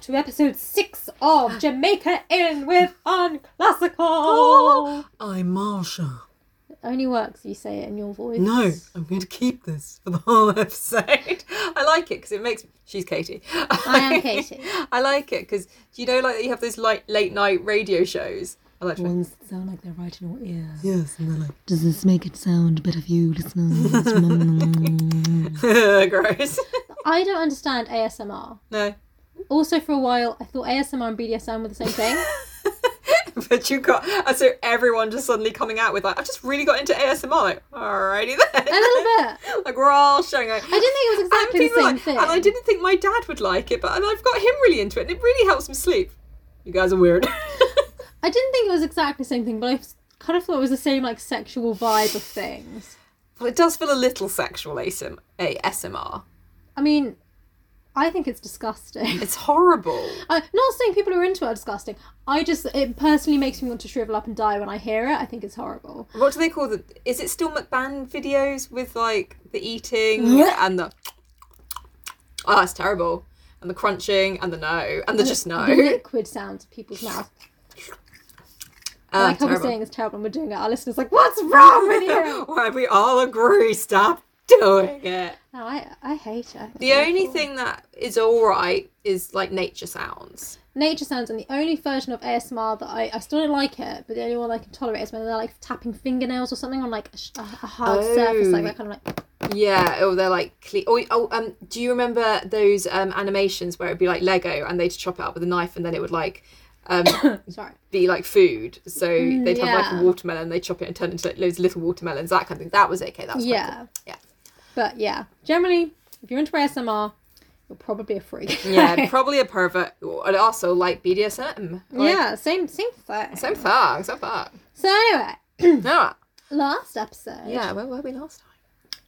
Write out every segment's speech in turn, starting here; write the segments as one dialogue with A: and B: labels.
A: to episode six of Jamaica in with Unclassical.
B: I'm Marsha.
A: It only works if you say it in your voice.
B: No, I'm going to keep this for the whole episode. I like it because it makes. She's Katie.
A: I am Katie.
B: I like it because you know, like you have those like late night radio shows. I like to-
C: Ones that sound like they're right in your ear.
B: Yes, and they're
C: Does this make it sound better for you, listeners? Mm.
B: like gross.
A: I don't understand ASMR.
B: no,
A: Also, for a while, I thought ASMR and BDSM were the same thing.
B: but you got and so everyone just suddenly coming out with like I've just really got into ASMR. Like, alrighty then.
A: a little bit.
B: like we're all showing. Like,
A: I didn't think it was
B: And
A: exactly the
B: people
A: same
B: are like-
A: thing.
B: And I didn't think my dad would like it, but and I've got him really into it, and it really helps him sleep. You guys are weird.
A: I didn't think it was exactly the same thing, but I s- kind of thought it was the same like sexual vibe of things.
B: well, it does feel a little sexual ASM- ASMR.
A: I mean, I think it's disgusting.
B: It's horrible.
A: I, not saying people who are into it are disgusting. I just it personally makes me want to shrivel up and die when I hear it. I think it's horrible.
B: What do they call the? Is it still McBand videos with like the eating
A: Yeah.
B: and the? Oh, that's terrible. And the crunching and the no and the just no.
A: The liquid sounds of people's mouths.
B: Ah,
A: like how we're
B: terrible.
A: saying it's terrible and we're doing it. Our listeners are like, what's wrong with you?
B: Why we all agree? Stop doing it.
A: no, I I hate it. I think
B: The
A: it's
B: only
A: awful.
B: thing that is all right is like nature sounds.
A: nature sounds and the only version of ASMR that I I still don't like it, but the only one I can tolerate is when they're like tapping fingernails or something on like a, sh- a a hard surface, like
B: Oh.
A: that kind of like.
B: Yeah, or they're like cle- oh, oh um do you remember those um animations where it'd be like Lego and they'd chop it up with a knife and then it would like um
A: Sorry.
B: be like food. So they'd have like
A: Mm, yeah.
B: a watermelon, they chop it and turn it into like loads of little watermelons, that kind of thing. That was okay, that was quite
A: Yeah.
B: Yeah.
A: But yeah, generally, if you're into ASMR, you're probably a freak.
B: cool. Yeah, probably a pervert and also like BDSM. Like,
A: yeah, same same thing.
B: Same thing, same thing.
A: So anyway,
B: Yeah.
A: last episode,
B: Ah, Yeah, where were we last time?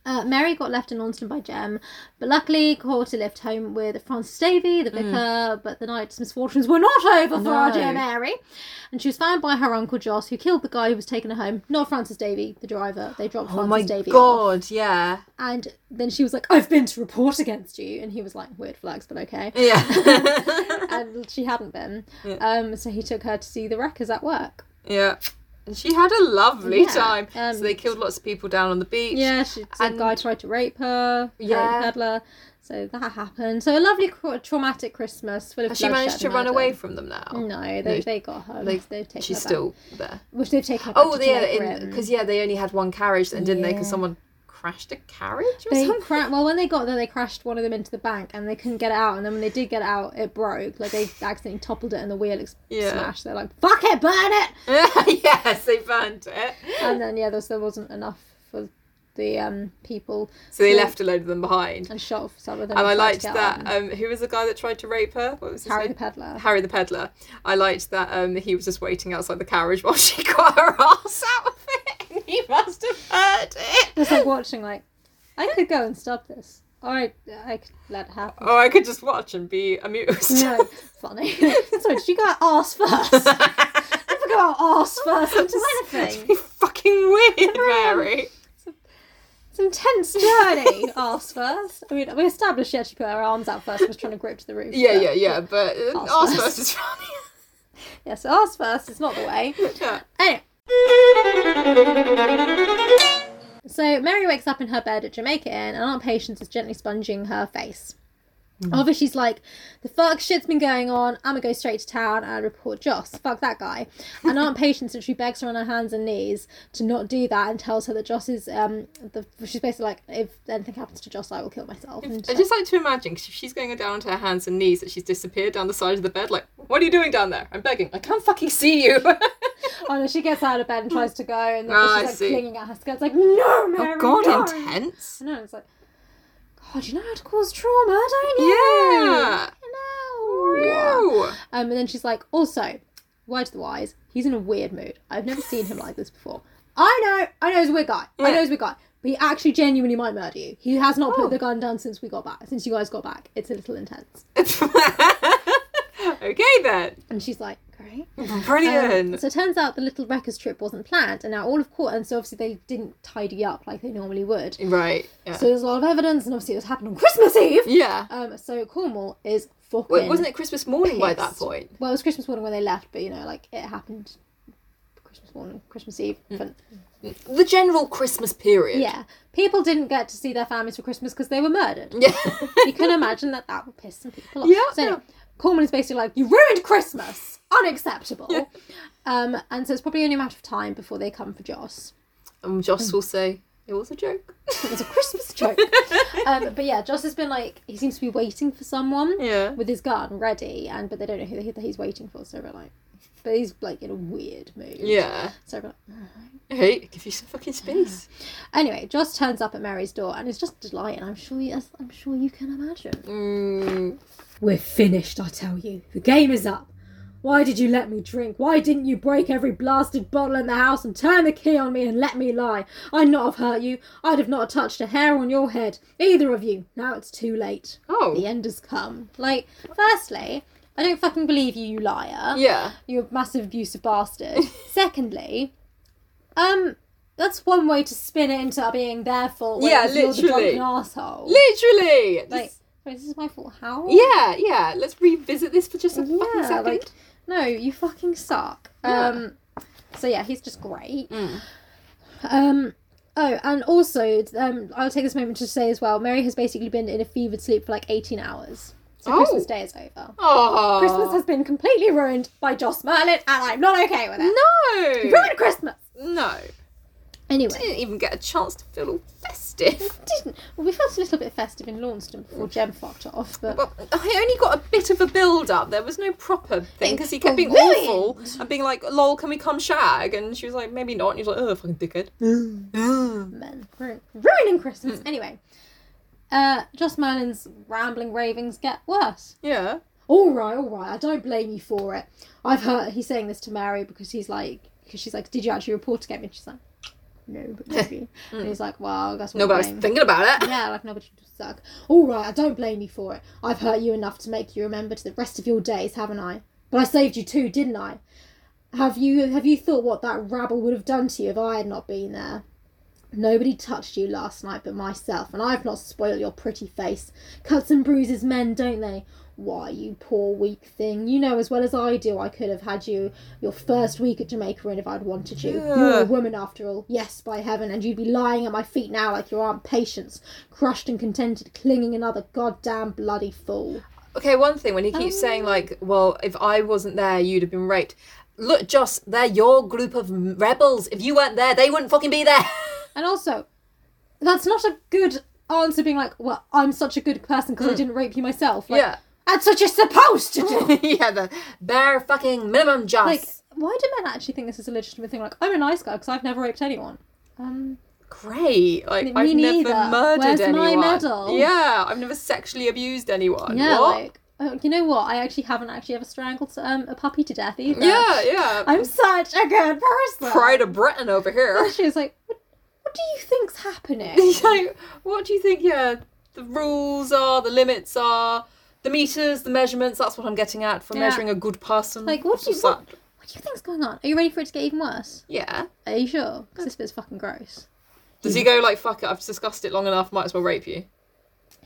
A: uh, Mary got left in Launceston by Jem, but luckily Corta left home with Francis Davy, the vicar. But the night's misfortunes were not over for our
B: Mm. No.
A: dear Mary, and she was found by her uncle Joss, who killed the guy who was taking her home, not Francis Davy, the driver. They dropped
B: Oh
A: Francis
B: my
A: Davy off.
B: god, yeah.
A: and then she was like, "I've been to report against you," and he was like, "Weird flags, but okay."
B: Yeah.
A: and she hadn't been.
B: Yeah.
A: Um, so he took her to see the wreckers at work.
B: yeah. And she had a lovely
A: Yeah,
B: time.
A: um,
B: so they killed lots of people down on the beach.
A: Yeah, she, some
B: And-
A: guy tried to rape her.
B: Yeah.
A: Yeah, peddler. So that happened. So a lovely cr- traumatic Christmas full of.
B: Has she managed to
A: bloodshed and
B: run
A: murder.
B: away from them now?
A: No, they,
B: No.
A: they got her.
B: They-
A: They, have taken
B: She's
A: her back.
B: still there.
A: Which they've taken her back
B: Oh,
A: to
B: yeah,
A: Jamaica in-
B: because yeah, they only had one carriage then, didn't they? Because
A: Yeah.
B: someone crashed a carriage or
A: They
B: something.
A: cra- well, when they got there, they crashed one of them into the bank, and they couldn't get it out. And then when they did get it out, it broke. Like they accidentally toppled it, and the wheel ex-
B: Yeah.
A: smashed. They're like, "Fuck it, burn it!"
B: yes, they burned it.
A: And then yeah, there, was- there wasn't enough for the um people,
B: So they
A: so-
B: left a load of them behind.
A: and shot some of them.
B: And
A: tried
B: I
A: to
B: liked
A: get
B: that.
A: on.
B: Um, who was the guy that tried to rape her? What was his
A: Harry the
B: name?
A: peddler.
B: Harry the peddler. I liked that um, he was just waiting outside the carriage while she got her ass out of it. And he must have heard it.
A: just like watching like i could go and stop this or i, I could let it happen
B: Oh, I could just watch and be amused.
A: no funny so she got ass first never go out ass
B: Oh,
A: first into anything
B: You fucking weird, Mary.
A: it's an intense journey ass first i mean we established she actually put her arms out first and was trying to grip to the roof
B: Yeah,
A: but-
B: yeah, yeah. But uh,
A: Ass
B: ass
A: first.
B: first is funny.
A: yeah so ass first is not the way
B: Yeah.
A: Anyway. So Mary wakes up in her bed at Jamaica Inn, and Aunt Patience is gently sponging her face.
B: Hmm.
A: Obviously, she's like, "The fuck shit's been going on. I'm gonna go straight to town and report Joss. Fuck that guy." And Aunt Patience literally begs her on her hands and knees to not do that, and tells her that Joss is um the. She's basically like, "If anything happens to Joss, I will kill myself." And
B: I
A: she's
B: just like to imagine because she's going down onto her hands and knees that she's disappeared down the side of the bed. Like, what are you doing down there? I'm begging. I can't fucking see you.
A: like- oh no, she gets out of bed and tries to go, and then
B: Ah, I
A: she's like
B: see. Oh,
A: clinging at her skirts, like, "No, Mary, no."
B: intense.
A: I know, it's like, God, you know how to cause trauma, don't you?
B: Yeah.
A: You know.
B: Wow.
A: Um, and then she's like, also, word to the wise, he's in a weird mood. I've never seen him like this before. I know, I know he's a weird guy. I know
B: Yeah.
A: he's a weird guy. But he actually genuinely might murder you. He has not
B: Oh.
A: put the gun down since we got back, since you guys got back. It's a little intense.
B: okay then.
A: And she's like, great. sorry.
B: Brilliant.
A: So it turns out the little wreckers trip wasn't planned, and now all of court, and so obviously they didn't tidy up like they normally would.
B: Um, right. Yeah.
A: So there's a lot of evidence, and obviously it happened on Christmas Eve.
B: yeah.
A: Um, so Cornwall is fucking.
B: Wait, wasn't it Christmas morning by that
A: pissed.
B: point?
A: Well, it was Christmas morning when they left, but you know, like it happened Christmas morning, Christmas Eve.
B: Mm.
A: But,
B: The general Christmas period.
A: yeah, people didn't get to see their families for Christmas because they were murdered.
B: Yeah.
A: you can imagine that that would piss some people off.
B: Yeah.
A: So anyway, Cornwall is basically like, you ruined Christmas. Unacceptable. Um, and so it's probably only a matter of time before they come for Joss.
B: and Joss will say it was a joke.
A: It was a Christmas joke. um, but yeah, Joss has been like, he seems to be waiting for someone
B: Yeah.
A: with his gun ready, and but they don't know who that he's waiting for. So we're like, but he's like in a weird mood.
B: Yeah.
A: So we're like, "Alright."
B: Hey, give you some fucking space.
A: Anyway, Joss turns up at Mary's door and is just delighted. I'm sure, you, as I'm sure you can imagine.
B: Mm.
D: We're finished, I tell you. The game is up. Why did you let me drink? Why didn't you break every blasted bottle in the house and turn the key on me and let me lie? I'd not have hurt you. I'd have not have touched a hair on your head. Either of you. Now it's too late.
B: Oh.
A: The end has come. Like, firstly, I don't fucking believe you, you liar.
B: Yeah.
A: You're a massive abusive bastard. Secondly, um, that's one way to spin it into being their fault.
B: Yeah,
A: whereas you're the
B: literally.
A: drunken asshole.
B: Literally.
A: Like,
B: Just-
A: wait, this is my fault. How?
B: yeah, yeah. Let's revisit this for just a fucking
A: yeah,
B: second.
A: like no, you fucking suck.
B: Yeah. Mm.
A: Um, so yeah, he's just great. Um, oh, and also, um, I'll take this moment to say as well, Mary has basically been in a fevered sleep for like eighteen hours. So
B: Oh.
A: Christmas Day is over.
B: oh.
A: Christmas has been completely ruined by Joss Merlin, and I'm not okay with it. You
B: No.
A: ruined Christmas.
B: No.
A: Anyway,
B: Didn't even get a chance to feel all festive.
A: didn't well, we felt a little bit festive in Launceston before Jem fucked off, but
B: Well, I only got a bit of a build up. There was no proper thing because he kept being
A: Ruined.
B: awful and being like, lol, can we come shag? And she was like, maybe not. And he was like, oh, fucking dickhead.
A: men Ru- ruining Christmas. Anyway, uh, Joss Merlin's rambling ravings get worse.
B: Yeah.
A: all right, all right, I don't blame you for it. I've heard he's saying this to Mary because he's like, because she's like, did you actually report to get me? And she's like, no, but maybe. And he's like, well, that's what
B: No, but I was
A: blame.
B: thinking about it.
A: Yeah, like nobody should suck. All right, I don't blame you for it. I've hurt you enough to make you remember to the rest of your days, haven't I? But I saved you too, didn't I? Have you have you thought what that rabble would have done to you if I had not been there? Nobody touched you last night but myself, and I've not spoiled your pretty face. Cuts and bruises men, don't they? Why, you poor weak thing. You know as well as I do I could have had you your first week at Jamaica in if I'd wanted you. You're a
B: Ugh.
A: woman after all. Yes, by heaven, and you'd be lying at my feet now like your Aunt Patience, crushed and contented, clinging another goddamn bloody fool.
B: Okay, one thing when he keeps saying
A: Um.
B: like, "Well, if I wasn't there, you'd have been raped." Look, Joss, they're your group of m- rebels. If you weren't there, they wouldn't fucking be there.
A: And also, that's not a good answer being like, well, I'm such a good person because I Mm. didn't rape you myself. Like,
B: yeah,
A: That's what you're supposed to do!
B: yeah, the bare fucking minimum, Joss.
A: like, why do men actually think this is a legitimate thing? Like, I'm a nice guy because I've never raped anyone. Um,
B: Great, like
A: Me
B: I've never
A: neither.
B: murdered
A: Where's my
B: anyone.
A: medal?
B: Yeah, I've never sexually abused anyone.
A: yeah,
B: What?
A: like, oh, you know what? I actually haven't actually ever strangled um, a puppy to death either.
B: yeah, yeah.
A: I'm such a good person.
B: Pride of Britain over here.
A: And she was like, what, what do you think's happening?
B: He's like, what do you think? Yeah, the rules are, the limits are, the meters, the measurements. That's what I'm getting at for
A: Yeah.
B: measuring a good person.
A: Like, what do you-
B: What's that?
A: What do you think's going on? Are you ready for it to get even worse?
B: Yeah.
A: Are you sure? Because this bit's fucking gross.
B: Does he go like fuck it? I've discussed it long enough. Might as well rape you.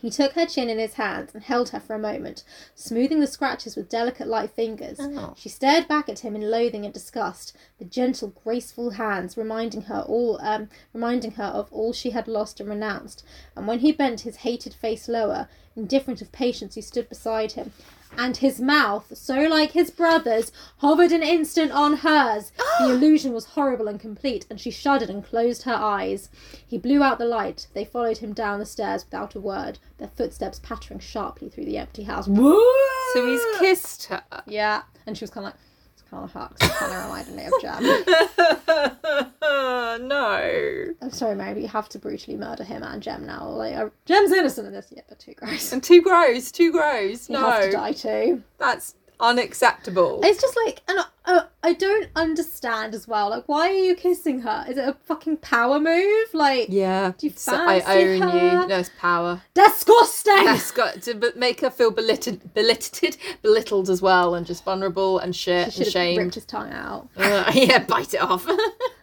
A: He took her chin in his hands and held her for a moment, smoothing the scratches with delicate light fingers. She stared back at him in loathing and disgust, the gentle, graceful hands reminding her all um, reminding her of all she had lost and renounced. And when he bent his hated face lower, indifferent of patience who stood beside him, and his mouth, so like his brother's, hovered an instant on hers. the illusion was horrible and complete, and she shuddered and closed her eyes. He blew out the light. They followed him down the stairs without a word, their footsteps pattering sharply through the empty house.
B: So he's kissed her.
A: Yeah. And she was kind of like, it's kind of hot 'cause it kind of reminded me of Jam.
B: no.
A: I'm sorry, Mary, but you have to brutally murder him and Jem now. Like, uh, Jem's innocent in this. Yeah, but too gross.
B: And too gross. Too gross.
A: You have to
B: No.
A: die too.
B: That's unacceptable.
A: It's just like, and uh, I don't understand as well. Like, why are you kissing her? Is it a fucking power move? Like,
B: yeah,
A: Do you
B: so I
A: fancy
B: own
A: her?
B: you. No, it's power.
D: Disgusting!
B: That's got to be- make her feel belittled, belittled, belittled as well, and just vulnerable and shit
A: should
B: and
A: have ripped
B: shamed.
A: his tongue out.
B: Uh, yeah, bite it off.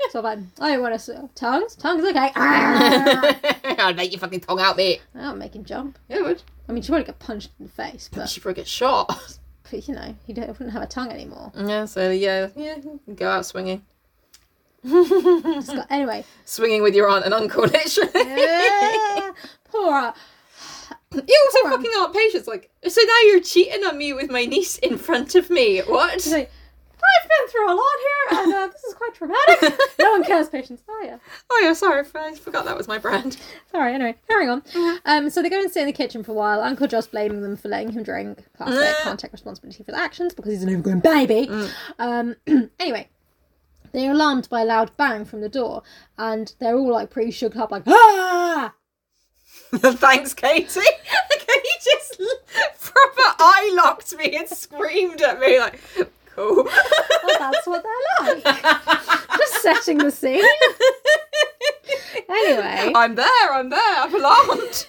A: So like, "Oh, I don't want to. Tongues? Tongues, okay. Ah!
B: I'd make your fucking tongue out, mate.
A: That'll make him jump.
B: Yeah, it would.
A: I mean, she probably get punched in the face, but,
B: She'd probably get shot.
A: but you know, he don't, wouldn't have a tongue anymore.
B: Yeah, so yeah, yeah, you can go out swinging,
A: Just got- anyway,
B: swinging with your aunt and uncle, literally.
A: yeah, poor. her.
B: You also fucking aren't patient. Like, so now you're cheating on me with my niece in front of me. What?
A: She's like, I've been through a lot here, and uh, this is quite traumatic. No one cares, patience. Oh yeah.
B: Oh yeah, sorry, I forgot that was my brand.
A: Sorry. Anyway, carrying on.
B: Mm-hmm.
A: Um, so they go and sit in the kitchen for a while. Uncle Josh blaming them for letting him drink. Classic.
B: Mm.
A: Can't take responsibility for the actions because he's an overgrown baby. Um, anyway, they're alarmed by a loud bang from the door, and they're all like pretty shook up, like ah.
B: Thanks, Katie. Like, he just proper eye locked me and screamed at me like, cool.
A: Well, that's what they're like. Just setting the scene. Anyway,
B: I'm there. I'm there. I'm alarmed.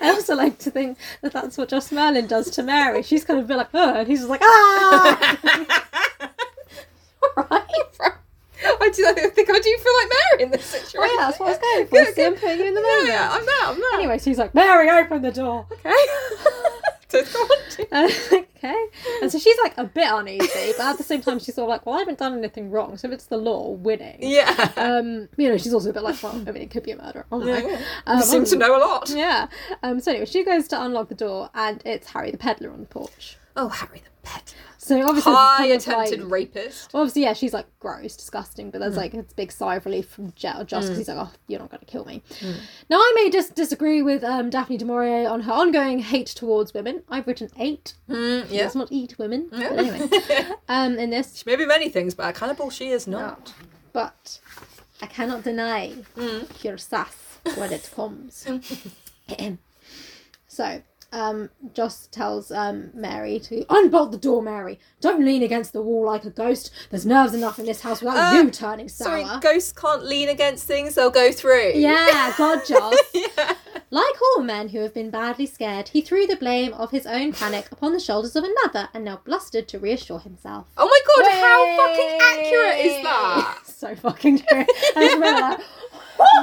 A: I also like to think that that's what Joss Merlin does to Mary. She's kind of a bit like, oh, and he's just like, ah! right?
B: I do. I think I do feel like Mary in this situation.
A: Oh, yeah, that's what I was going for.
B: Good,
A: See, I'm
B: good.
A: putting you in the
B: Yeah,
A: moment.
B: yeah, I'm there. I'm there.
A: Anyway, so he's like, Mary, open the door.
B: okay. Don't go on to-
A: Uh, okay. And so she's like a bit uneasy, but at the same time, she's sort of like, well, I haven't done anything wrong, so if it's the law, winning.
B: yeah.
A: Um, you know, she's also a bit like, well, I mean, it could be a murder. I don't know.
B: yeah.
A: Um,
B: you seem to know a lot.
A: Yeah. Um, so anyway, she goes to unlock the door, and it's Harry the peddler on the porch.
B: Oh, Harry the pet.
A: So obviously, this is
B: High
A: kind of
B: attempted Mm.
A: like-
B: rapist.
A: Well, obviously, yeah, she's like gross, disgusting, but there's like it's a big sigh of relief from Jet or Joss
B: Mm.
A: because he's like, oh, you're not going to kill me. Now, I may just disagree with um, Daphne du Maurier on her ongoing hate towards women. I've written eight.
B: Mm,
A: She
B: yeah.
A: does not eat women. But anyway, um, in this,
B: Maybe many things, but cannibal she is not.
A: but I cannot deny your sass when it comes. Ahem. so, um, Joss tells um, Mary to
D: Unbolt the door, Mary. Don't lean against the wall like a ghost. There's nerves enough in this house without
A: Uh,
D: you turning sour.
B: Sorry, ghosts can't lean against things; they'll go through.
A: Yeah, God, Joss.
B: Yeah.
A: Like all men who have been badly scared, he threw the blame of his own panic upon the shoulders of another and now blustered to reassure himself.
B: Oh my god! How fucking accurate is that?
A: So fucking true. I just remember that.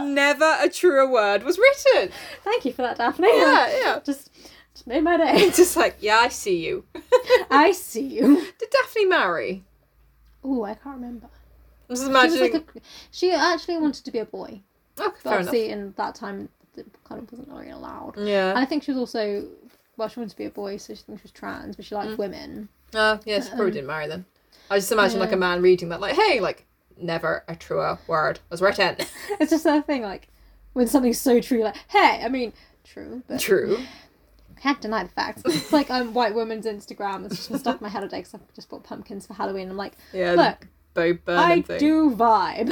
B: Never a truer word was written.
A: Thank you for that, Daphne.
B: Yeah, yeah.
A: Just, just made my day.
B: Just like, yeah, I see you.
A: I see you.
B: Did Daphne marry?
A: Oh, I can't remember.
B: I'm just
A: She, was
B: imagining.
A: like a, she actually wanted to be a boy,
B: Okay,
A: but
B: fair enough.
A: obviously in that time it kind of wasn't really allowed. And
B: Yeah.
A: I think she was also well, she wanted to be a boy, so she thinks she was trans, but she
B: Mm.
A: liked women.
B: Oh, yeah,
A: uh,
B: she probably didn't marry then. I just imagine like a man reading that, like, hey, like, never a truer word was written.
A: It's just that thing like when something's so true, like hey, I mean. True, but
B: True.
A: can't deny the facts. It's like um, white woman's Instagram. It's just been stuck in my head all day because I just bought pumpkins for Halloween. I'm like,
B: Yeah.
A: look,
B: Bo Burnham
A: I
B: thing.
A: do vibe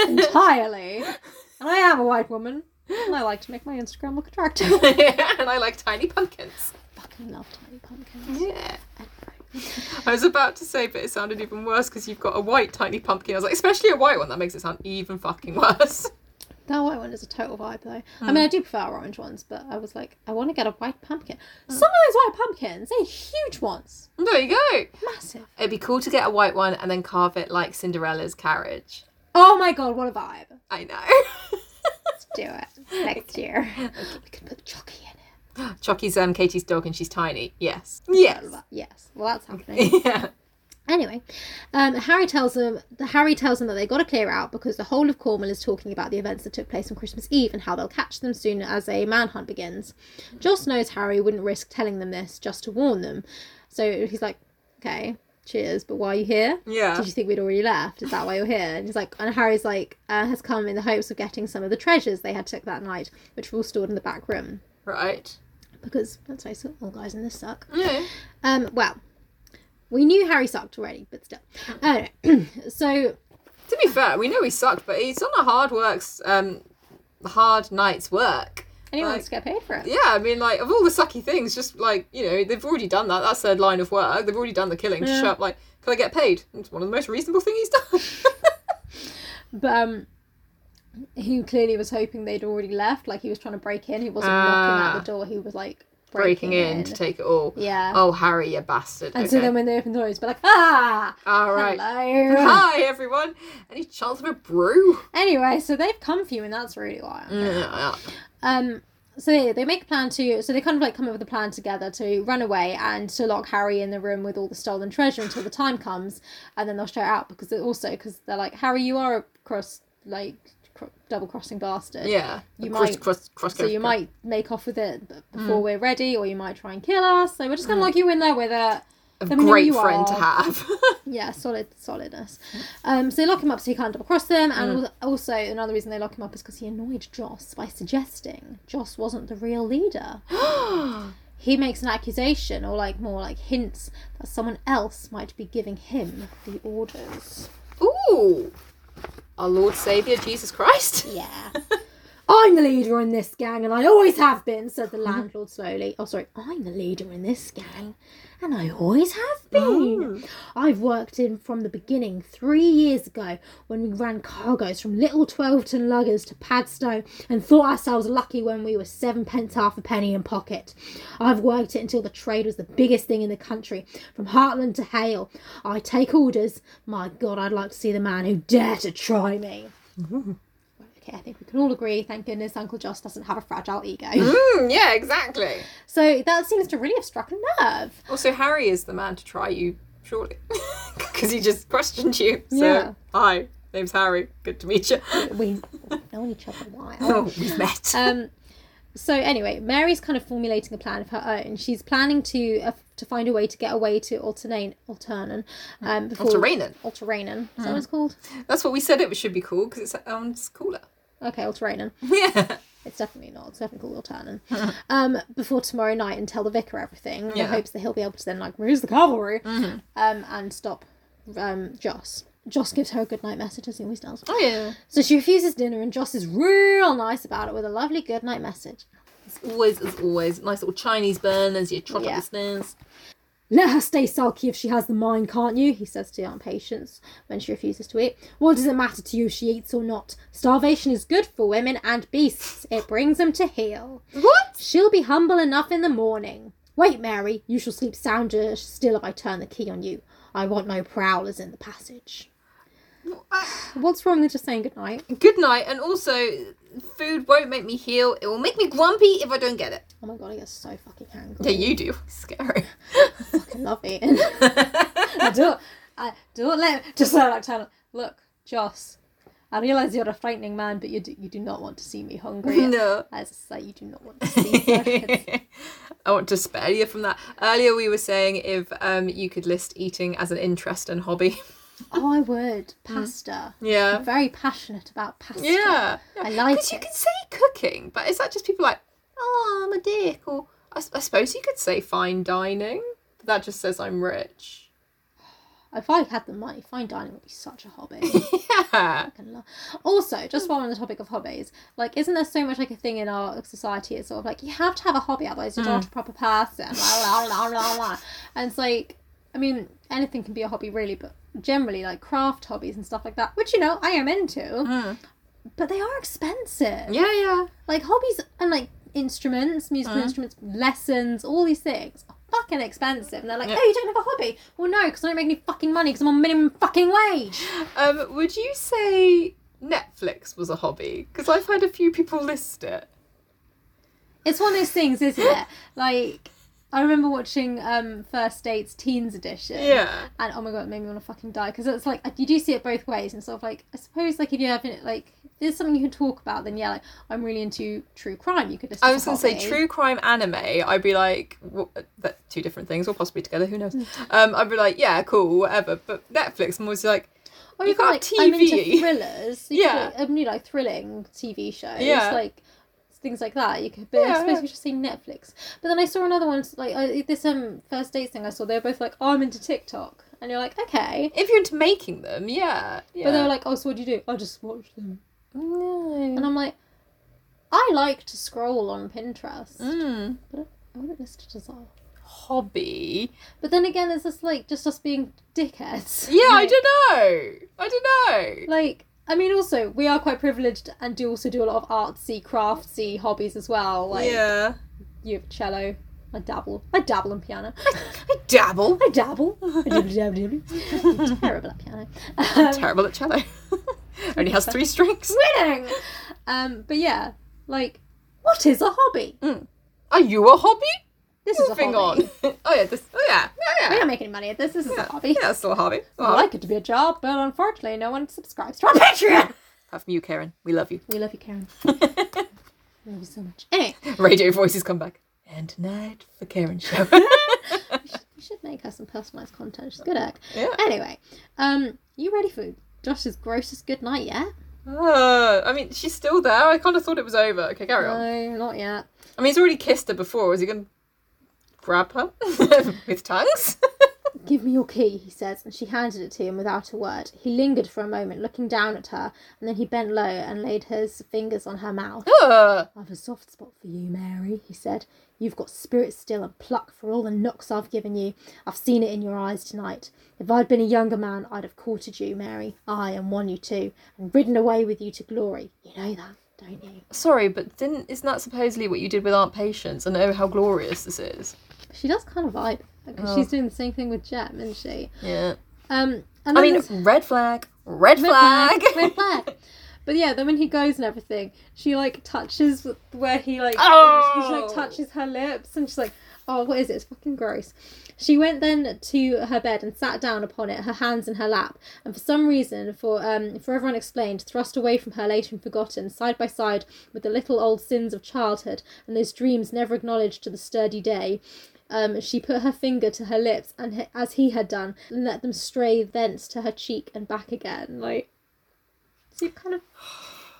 A: entirely, and I am a white woman, and I like to make my Instagram look attractive.
B: and I like tiny pumpkins.
A: fucking love tiny pumpkins.
B: Yeah. I was about to say, but it sounded even worse because you've got a white tiny pumpkin. I was like, especially a white one, that makes it sound even fucking worse.
A: That white one is a total vibe, though. I mean, I do prefer orange ones, but I was like, I want to get a white pumpkin. Some of those white pumpkins, they're huge ones,
B: There you go.
A: massive.
B: It'd be cool to get a white one and then carve it like Cinderella's carriage.
A: Oh my god, what a vibe!
B: I know.
A: Let's do it next year. We could put Chucky in it.
B: Chucky's um, Katie's dog and she's tiny. Yes. Yes.
A: Yes, well, that's happening.
B: Yeah.
A: Anyway, um, Harry tells them. The Harry tells them that they got to clear out because the whole of Cornwall is talking about the events that took place on Christmas Eve and how they'll catch them soon as a manhunt begins. Joss knows Harry wouldn't risk telling them this just to warn them, so he's like, "Okay, cheers, but why are you here?
B: Yeah.
A: Did you think we'd already left? Is that why you're here?" And he's like, and Harry's like, uh, has come in the hopes of getting some of the treasures they had took that night, which were all stored in the back room
B: Right.
A: because let's face it, all guys in this suck.
B: Yeah.
A: Um, well, we knew Harry sucked already, but still. Anyway, so
B: To be fair, we know he sucked, but he's on a hard works, um, hard night's work.
A: Anyone
B: Like-
A: wants to get paid for it.
B: Yeah, I mean, like of all the sucky things, just like you know, they've already done that. That's their line of work. They've already done the killing. Shut up! Like, can I get paid? It's one of the most reasonable things he's done.
A: But um, he clearly was hoping they'd already left. Like he was trying to break in. He wasn't knocking
B: Ah.
A: at the door. He was like breaking,
B: Breaking in to take it all.
A: yeah.
B: Oh, Harry, you bastard!
A: and so
B: Okay.
A: then when they opened the door, he's like, ah,
B: all right. Ah.
A: hello.
B: Hi everyone. Any chance of a brew?
A: anyway, so they've come for you, and that's really wild.
B: Mm. Yeah.
A: Um, so they, they make a plan to, so they kind of like come up with a plan together to run away and to lock Harry in the room with all the stolen treasure until the time comes, and then they'll show it out because it also because they're like Harry, you are a cross like cro- double crossing bastard.
B: Yeah.
A: You
B: cross,
A: might-
B: Cross, cross,
A: So you might make off with it b- before we're ready, or you might try and kill us. So we're just gonna lock you in there with it.
B: Hmm. A
A: Let me know
B: great
A: you
B: friend to
A: are.
B: have.
A: Yeah, solid solidness. Um, so they lock him up so he can't double cross them, and al- also another reason they lock him up is because he annoyed Joss by suggesting Joss wasn't the real leader. he makes an accusation, or like more like hints that someone else might be giving him the orders.
B: Ooh. Our Lord Saviour Jesus Christ.
A: Yeah.
D: I'm the leader in this gang, and I always have been.
A: said the landlord slowly. Oh, sorry, I'm the leader in this gang, and I always have been. I've worked in from the beginning three years ago when we ran cargoes from Little Twelveton Luggers to Padstow and thought ourselves lucky when we were sevenpence half a penny in pocket. I've worked it until the trade was the biggest thing in the country, from Hartland to Hale. I take orders. My God, I'd like to see the man who dare to try me. Okay, I think we can all agree. Thank goodness Uncle Joss doesn't have a fragile ego.
B: Mm, yeah, exactly.
A: So that seems to really have struck a nerve.
B: Also, Harry is the man to try you, surely. Because he just questioned you. So,
A: Yeah.
B: hi, name's Harry. Good to meet you.
A: We know each other well.
B: Oh, we've met.
A: Um, so anyway, Mary's kind of formulating a plan of her own. She's planning to uh, to find a way to get away to Alternane, Alternan, um, before
B: Alteranen.
A: Alteranen. Is that what it's called?
B: That's what we said it should be called because it sounds cooler.
A: Okay, Alteranen.
B: Yeah.
A: It's definitely not. It's definitely called Alternan. um, before tomorrow night and tell the vicar everything in
B: Yeah.
A: hopes that he'll be able to then like raise the cavalry um, and stop um, Joss. Joss gives her a good night message as he always does.
B: Oh, yeah.
A: So she refuses dinner, and Joss is real nice about it with a lovely goodnight message.
B: It's always, as always, nice little Chinese burn as you trot
A: Yeah.
B: up the stairs.
D: Let her stay sulky if she has the mind, can't you?
A: He says to Aunt Patience when she refuses to eat. What does it matter to you if she eats or not? Starvation is good for women and beasts, it brings them to heel.
B: What?
A: She'll be humble enough in the morning. Wait, Mary, you shall sleep sounder still if I turn the key on you. I want no prowlers in the passage. What's wrong with just saying goodnight?
B: Good night. And also, food won't make me heal. It will make me grumpy if I don't get it.
A: Oh my god, I get so fucking angry.
B: Yeah, you do. Scary.
A: fucking love eating. I don't, I don't let just let like turn. Look, Joss, I realise you're a frightening man, but you do, you do not want to see me hungry.
B: No.
A: As I say, you do not want to see me.
B: I want to spare you from that. Earlier, we were saying if um, you could list eating as an interest and hobby.
A: oh, I would pasta. I'm
B: Yeah.
A: very passionate about pasta.
B: Yeah.
A: I like
B: Because you
A: it.
B: could say cooking, but is that just people like, oh, I'm a dick? Or I, s- I suppose you could say fine dining, but that just says I'm rich.
A: If I had the money, fine dining would be such a hobby.
B: Yeah.
A: Fucking love- also, just while we're on the topic of hobbies, like, isn't there so much like a thing in our society? It's sort of like you have to have a hobby, otherwise you're not a proper person. la, la, la, la, la. And it's like, I mean, anything can be a hobby, really, but generally, like craft hobbies and stuff like that, which you know I am into, but they are expensive.
B: Yeah, yeah.
A: Like hobbies and like instruments, musical instruments, lessons, all these things. are Fucking expensive, and they're like,
B: Yeah.
A: "Oh, you don't have a hobby?" Well, no, because I don't make any fucking money because I'm on minimum fucking wage.
B: Um, would you say Netflix was a hobby? Because I've heard a few people list it.
A: It's one of those things, isn't it? Like, I remember watching um, First Dates Teens Edition.
B: Yeah.
A: And oh my god, it made me want to fucking die because it's like you do see it both ways, and sort of like I suppose like if you have it like if there's something you can talk about, then yeah, like I'm really into true crime. You could just
B: I was going to say true crime anime. I'd be like, wha- that two different things, or possibly together. Who
A: Mm.
B: knows? Um, I'd be like, yeah, cool, whatever. But Netflix, I'm always like,
A: Or
B: you
A: even,
B: got
A: like, I'm into
B: TV.
A: thrillers. so you
B: Yeah.
A: could, like, I'm into like thrilling TV shows.
B: Yeah.
A: Like things like that. You could, but I
B: Yeah,
A: suppose
B: yeah.
A: we should say Netflix. But then I saw another one like I, this um first dates thing I saw. They were both like, oh, I'm into TikTok, and you're like, okay.
B: if you're into making them, yeah, yeah.
A: But they were like, oh, so what do you do? I just watch them.
B: no.
A: And I'm like, I like to scroll on Pinterest.
B: Mm.
A: I wouldn't list it as art.
B: Hobby.
A: But then again, it's just like just us being dickheads.
B: Yeah, I don't know. I don't know.
A: Like, I mean, also we are quite privileged and do also do a lot of artsy, craftsy hobbies as well. Like
B: yeah.
A: you have cello. I dabble. I dabble in piano.
B: I dabble.
A: I dabble. I dabble. I'm terrible at piano. Um,
B: Terrible at cello. Only has three strings.
A: winning. Um, but yeah, like, what is a hobby?
B: Are you a hobby?
A: This is a
B: Mm, Moving
A: hobby.
B: on. oh yeah, this. Oh yeah. Oh
A: We
B: yeah.
A: don't make any money at this. This is a hobby.
B: Yeah, that's still a hobby.
A: I
B: Well,
A: like it to be a job, but unfortunately, no one subscribes to our Patreon.
B: have you, Karen. We love you.
A: We love you, Karen. we love you so much. Anyway,
B: Radio voices come back. And tonight for Karen show.
A: we should make her some personalised content. She's good at. it.
B: Yeah.
A: Anyway, um, you ready for Josh's grossest good night yet?
B: Uh, I mean, she's still there. I kind of thought it was over. Okay, carry on.
A: No, not yet.
B: I mean, he's already kissed her before. Is he going to grab her with tongues?
A: Give me your key, he says, and she handed it to him without a word. He lingered for a moment, looking down at her, and then he bent low and laid his fingers on her mouth.
B: Ugh.
A: I've a soft spot for you, Mary, he said. You've got spirit still and pluck for all the knocks I've given you. I've seen it in your eyes tonight. If I'd been a younger man, I'd have courted you, Mary. I and won you too, and ridden away with you to glory. You know that, don't you?
B: Sorry, but didn't isn't that supposedly what you did with Aunt Patience? I know how glorious this is.
A: She does kind of vibe. like, She's doing the same thing with Jem, isn't she?
B: Yeah.
A: Um, and then
B: I mean,
A: there's-
B: red flag. Red,
A: red
B: flag.
A: red flag. But yeah, then when he goes and everything, she like touches where he like
B: Oh!
A: she like touches her lips and she's like, oh, what is it? It's fucking gross. She went then to her bed and sat down upon it, her hands in her lap, and for some reason, for um, forever unexplained, thrust away from her late and forgotten, side by side with the little old sins of childhood and those dreams never acknowledged to the sturdy day. Um, she put her finger to her lips, and he- as he had done, and let them stray thence to her cheek and back again. Like, so you're kind of,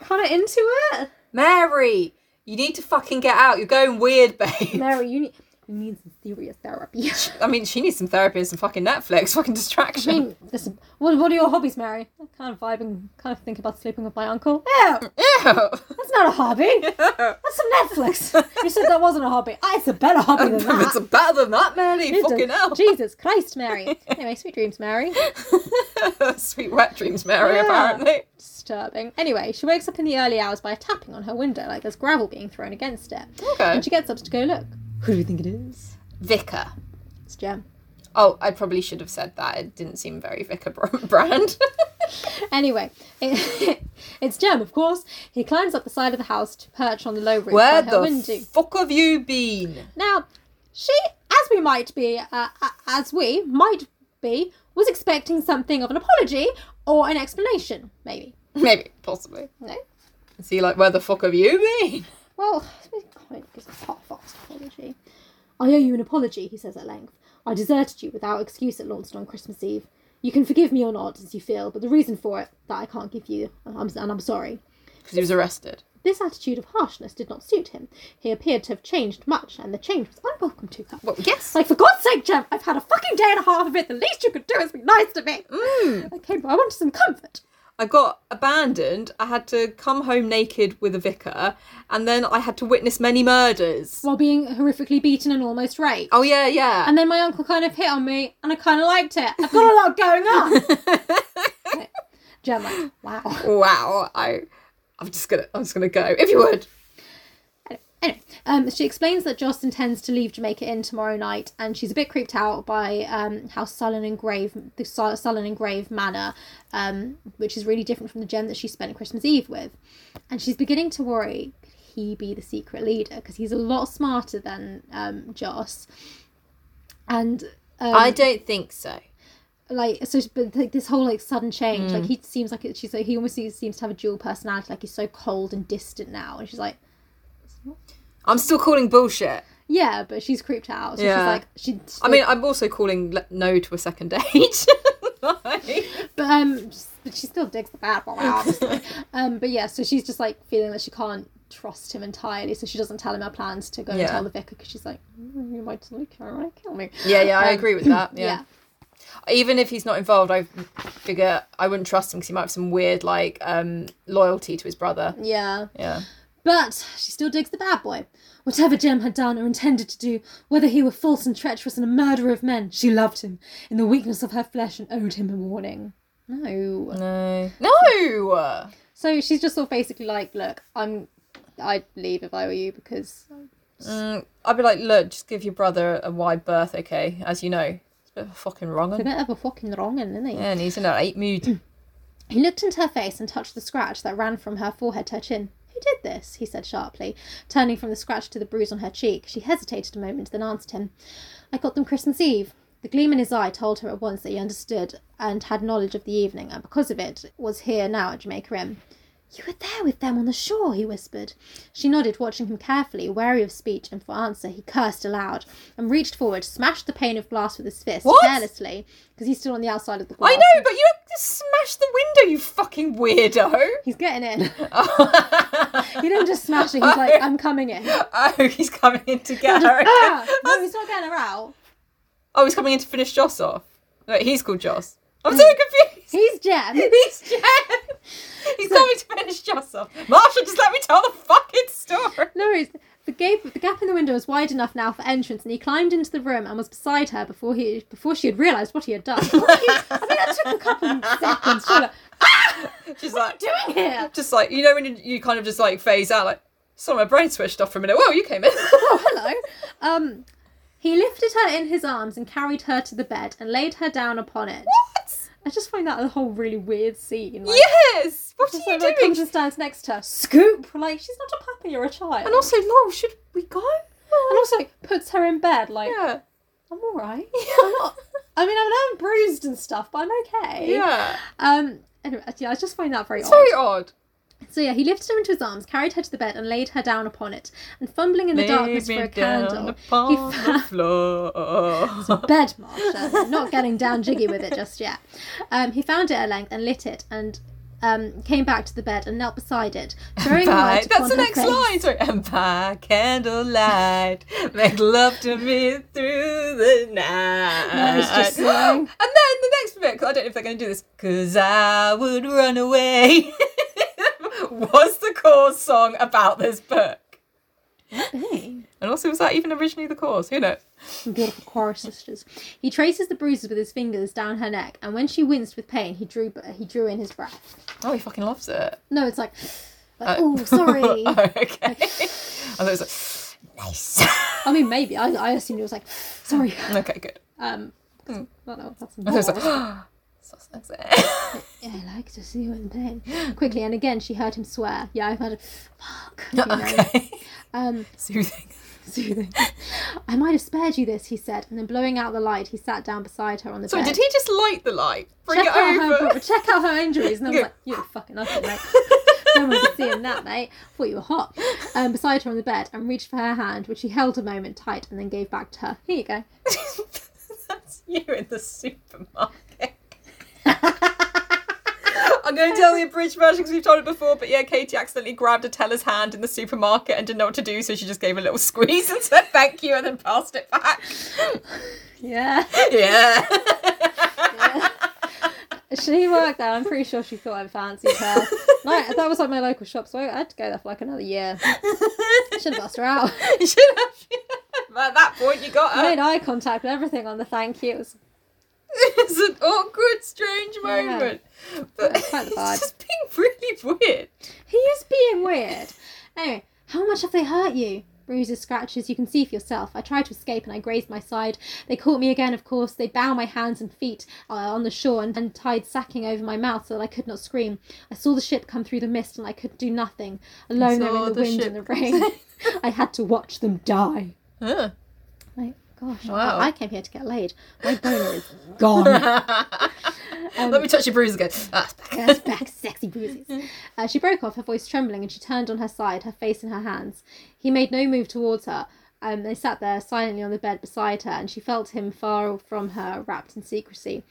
A: kind of into it.
B: Mary, you need to fucking get out. You're going weird, babe.
A: Mary, you need you need some serious therapy.
B: I mean, she needs some therapy and some fucking Netflix,
A: I
B: fucking distraction.
A: mean, listen, what, what are your hobbies, Mary? I kind of vibing, kind of think about sleeping with my uncle. Ew,
B: Ew.
A: that's not a hobby. That's some Netflix. You said that wasn't a hobby. Ah, It's a better hobby than that.
B: it's better than that, Mary.
A: It's a-
B: fucking hell.
A: Jesus Christ, Mary. Anyway, sweet dreams, Mary.
B: Sweet wet dreams, Mary,
A: Yeah.
B: apparently.
A: Disturbing. Anyway, she wakes up in the early hours by a tapping on her window, like there's gravel being thrown against it.
B: Okay.
A: And she gets up to go look.
C: Who do we think it is?
B: Vicar.
A: It's Jem.
B: Oh, I probably should have said that. It didn't seem very Vicar br- brand.
A: Anyway, it, it's Jem, of course. He climbs up the side of the house to perch on the low roof
B: Where
A: by
B: the
A: her window.
B: fuck have you been?
A: Now, she, as we might be, uh, uh, as we might be, was expecting something of an apology or an explanation, maybe.
B: Maybe, possibly.
A: No?
B: See, like, where the fuck have you been?
A: Well, oh, we can't give a pot fox apology. I owe you an apology, he says at length. I deserted you without excuse at Launceston on Christmas Eve. You can forgive me or not, as you feel, but the reason for it, that I can't give you, and I'm, and I'm sorry.
B: Because he was arrested.
A: This attitude of harshness did not suit him. He appeared to have changed much, and the change was unwelcome to her.
B: Well, yes.
A: It's like, for God's sake, Jem, I've had a fucking day and a half of it. The least you could do is be nice to me. Okay, but I wanted some comfort.
B: I got abandoned. I had to come home naked with a vicar, and then I had to witness many murders.
A: While being horrifically beaten and almost raped.
B: Oh yeah, yeah.
A: And then my uncle kind of hit on me, and I kind of liked it. I've got a lot going on. Jem, like, wow.
B: wow. I, I'm just gonna, I'm just gonna go. If you would.
A: Anyway, um, she explains that Joss intends to leave Jamaica Inn tomorrow night, and she's a bit creeped out by um, how sullen and grave the su- sullen and grave manner, um, which is really different from the gem that she spent Christmas Eve with, and she's beginning to worry could he be the secret leader because he's a lot smarter than um, Joss, and. Um,
B: I don't think so.
A: like so she- but like this whole like sudden change
B: Mm.
A: like he seems like it, she's like he almost seems, seems to have a dual personality like he's so cold and distant now and she's like
B: I'm still calling bullshit.
A: yeah but she's creeped out so
B: Yeah.
A: she's like she
B: I mean, I'm also calling le- no to a second date. Like-
A: But um, s- but she still digs the bad boy, obviously. um, but yeah, so she's just like feeling that she can't trust him entirely, so she doesn't tell him her plans to go
B: Yeah.
A: and tell the vicar because she's like, "Mm, you might like her, want to kill me.
B: yeah, yeah, I
A: Um,
B: agree with that.
A: Yeah.
B: Yeah. Even if he's not involved, I figure I wouldn't trust him because he might have some weird like um loyalty to his brother.
A: yeah,
B: Yeah.
A: But she still digs the bad boy. Whatever Jem had done or intended to do, whether he were false and treacherous and a murderer of men, she loved him in the weakness of her flesh and owed him a warning. No.
B: No. No!
A: So she's just sort of basically like, look, I'm, I'd leave if I were you because
B: Mm, I'd be like, look, just give your brother a wide berth, okay? As you know, it's a bit of a fucking wrong
A: a
B: one.
A: bit of a fucking wrong, one, isn't he?
B: Yeah, and he's in an eight mood.
A: He looked into her face and touched the scratch that ran from her forehead to her chin. Who did this? he said sharply, turning from the scratch to the bruise on her cheek. She hesitated a moment, then answered him. I got them Christmas Eve. The gleam in his eye told her at once that he understood and had knowledge of the evening, and because of it, was here now at Jamaica Inn. You were there with them on the shore, he whispered. She nodded, watching him carefully, wary of speech, and for answer he cursed aloud and reached forward, smashed the pane of glass with his fist
B: What?
A: carelessly, because he's still on the outside of the glass.
B: I know, but you don't just smash the window, you fucking weirdo.
A: He's getting in.
B: oh,
A: You don't just smash it. He's like, I'm coming in.
B: he's coming in to get her. again.
A: Ah! No, he's not getting her out.
B: Oh, he's coming in to finish Joss off. Wait, he's called Joss.
A: Mm.
B: I'm so confused.
A: He's Jem.
B: He's Jen. He's coming to finish Joss off. Marsha, just let me tell the fucking story.
A: No, it's, the gap the gap in the window was wide enough now for entrance, and he climbed into the room and was beside her before he before she had realised what he had done. What are you- I mean, that took a couple of seconds. Surely.
B: She's like,
A: Doing here.
B: just like you know when you, you kind of just like phase out like so my brain switched off for a minute whoa you came in
A: Oh, hello. Um, he lifted her in his arms and carried her to the bed and laid her down upon it.
B: what
A: I just find that a whole really weird scene. Like,
B: yes what
A: just
B: are you
A: like,
B: doing
A: comes and stands next to her. Scoop! Like, she's not a puppy or a child.
B: and also lol should we go
A: and also like, puts her in bed like
B: yeah
A: i'm all right
B: Yeah.
A: i'm not i mean I know i'm bruised and stuff but i'm okay
B: yeah
A: um anyway, yeah i just find that very
B: it's
A: odd
B: very odd
A: so yeah he lifted her into his arms carried her to the bed and laid her down upon it and fumbling in the darkness for a candle he found
B: floor
A: bed marsha not getting down jiggy with it just yet um, he found it at length and lit it and um, came back to the bed and knelt beside it throwing
B: Bye.
A: light
B: That's
A: upon
B: the
A: her
B: next
A: face.
B: line. Sorry. And by candlelight, make love to me through the night.
A: No, it's just
B: and
A: slang.
B: then the next bit, 'cause I don't know if they're going to do this, because I would run away, was the chorus song about this book.
A: Hey.
B: And also, was that even originally the chorus? Who knows?
A: beautiful chorus sisters. He traces the bruises with his fingers down her neck, and when she winced with pain, he drew he drew in his breath.
B: Oh, he fucking loves it.
A: No, it's like, like
B: Oh.
A: oh, sorry.
B: oh, okay. I thought it was like, nice.
A: I mean, maybe I, I assumed it was like, sorry.
B: okay, good.
A: Um,
B: Hmm.
A: not know that's
B: I thought it was
A: more.
B: like, so sexy.
A: Yeah, I like to see you in pain. Quickly, and again, she heard him swear. Yeah, I've heard a fuck. You know.
B: okay.
A: Um,
B: Soothing.
A: soothing. I might have spared you this, he said, and then blowing out the light, he sat down beside her on the
B: So
A: bed.
B: did he just light the light? Bring
A: check
B: it
A: out
B: over.
A: her check out her injuries, and I was
B: Yeah.
A: like, "You're fucking ugly, mate. no one was seeing that, mate. Thought you were hot." Um, beside her on the bed, and reached for her hand, which he held a moment tight, and then gave back to her. Here you go.
B: That's you in the supermarket. I'm going to tell the abridged version because we've told it before, but yeah, Katie accidentally grabbed a teller's hand in the supermarket and didn't know what to do, so she just gave a little squeeze and said thank you and then passed it back.
A: Yeah,
B: Yeah.
A: she worked there. I'm pretty sure she thought I fancied her. Like that was like my local shop, so I had to go there for like another year. Should have asked her out.
B: You should have. At that point, you got
A: I made
B: her.
A: eye contact with everything on the thank you. It was
B: It's an awkward, strange moment. But
A: That's quite the
B: it's
A: vibe.
B: just being really weird.
A: He is being weird. Anyway, how much have they hurt you? Bruises, scratches, you can see for yourself. I tried to escape and I grazed my side. They caught me again, of course. They bound my hands and feet uh, on the shore and, and tied sacking over my mouth so that I could not scream. I saw the ship come through the mist and I could do nothing. Alone there
B: saw
A: in the,
B: the
A: wind
B: ship
A: and the rain. I had to watch them die.
B: Huh.
A: Like, gosh,
B: Wow.
A: I, I came here to get laid. My boner is gone.
B: Let me touch your bruise again. Ah, it's back.
A: That's back, sexy bruises. Uh, she broke off, her voice trembling, and she turned on her side, her face in her hands. He made no move towards her. Um, they sat there silently on the bed beside her, and she felt him far from her, wrapped in secrecy.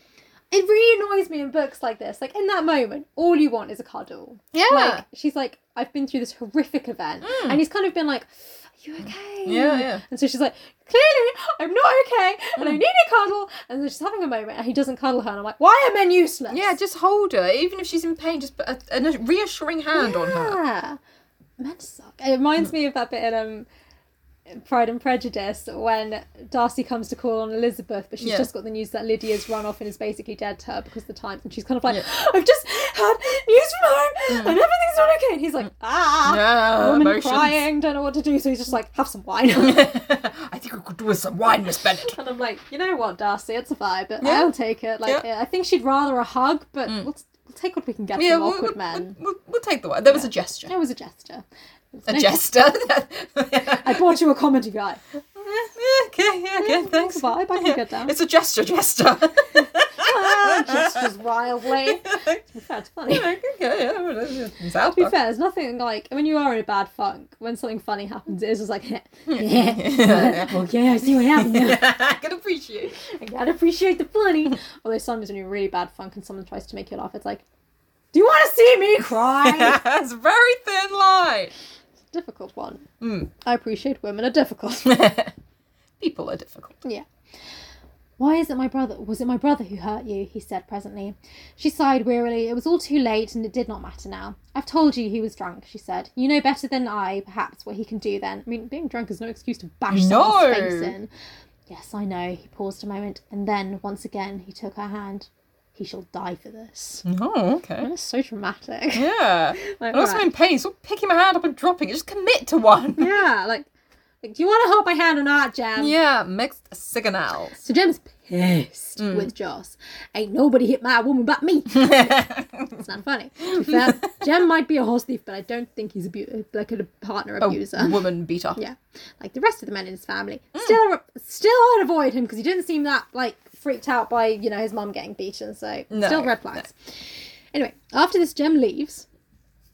A: It really annoys me in books like this. Like in that moment, all you want is a cuddle.
B: Yeah. Mm.
A: Like she's like, I've been through this horrific event, and he's kind of been like, "Are you okay?"
B: Yeah, yeah. Mm.
A: And so she's like, clearly, I'm not okay, and I need a cuddle. And then she's having a moment, and he doesn't cuddle her, and I'm like, why are men useless?
B: Yeah, just hold her. Even if she's in pain, just put a, a reassuring hand on her.
A: Yeah. men suck. It reminds me of that bit in um, Pride and Prejudice when Darcy comes to call on Elizabeth, but she's
B: Yeah.
A: just got the news that Lydia's run off and is basically dead to her because of the times, and she's kind of like,
B: Yeah.
A: "I've just had news from home, and everything's not okay." And he's like, "Ah,
B: Mm. Yeah,
A: woman
B: emotions.
A: crying, don't know what to do," so he's just like, "Have some wine."
B: I think we could do with some wine, Miss Bennet.
A: And I'm like, you know what, Darcy, it's a vibe. But
B: Yeah. Mm.
A: I'll take it. Like, I think she'd rather a hug, but we'll, we'll take what we can get
B: Yeah,
A: from
B: we'll,
A: awkward
B: we'll,
A: men.
B: we'll, we'll take the wine. There was a gesture.
A: It was a gesture.
B: A jester.
A: I bought you a comedy guy.
B: okay, yeah, okay, thanks.
A: Vibe, I can get down.
B: It's a gesture, jester.
A: Ah, gestures wildly. That's funny.
B: okay, yeah, well, yeah, it's out
A: To be
B: there.
A: fair, there's nothing like when you are in a bad funk, when something funny happens, it is just like,
D: Oh yeah, I see what happened. there.
B: I can appreciate.
A: I gotta appreciate the funny. Although sometimes when you're in really bad funk and someone tries to make you laugh, it's like, do you want to see me cry?
B: it's a very thin line.
A: difficult one.
B: Hmm.
A: I appreciate women are difficult.
B: People are difficult.
A: Yeah. Why is it my brother? Was it my brother who hurt you? He said presently. She sighed wearily. It was all too late, and it did not matter now. I've told you he was drunk, she said. You know better than I, perhaps, what he can do then. I mean, being drunk is no excuse to bash
B: No.
A: someone's face in. Yes, I know. He paused a moment, and then, once again, he took her hand. He shall die for this.
B: Oh, okay.
A: That's so dramatic.
B: Yeah.
A: Mm. Like,
B: And also
A: right.
B: in pain, stop picking my hand up and dropping it. Just commit to one.
A: Yeah, like, like, do you want to hold my hand or not, Jem?
B: Yeah, mixed signals.
A: So Jem's pissed
B: Mm.
A: with Joss. Ain't nobody hit my woman but me. it's not funny. To be fair, Jem might be a horse thief, but I don't think he's abu- like a partner
B: Oh.
A: abuser.
B: Woman beater.
A: Yeah, like the rest of the men in his family.
B: Mm.
A: Still, still, I'd avoid him because he didn't seem that like freaked out by you know his mum getting beaten. So
B: No,
A: still red flags. Anyway, after this, Jem leaves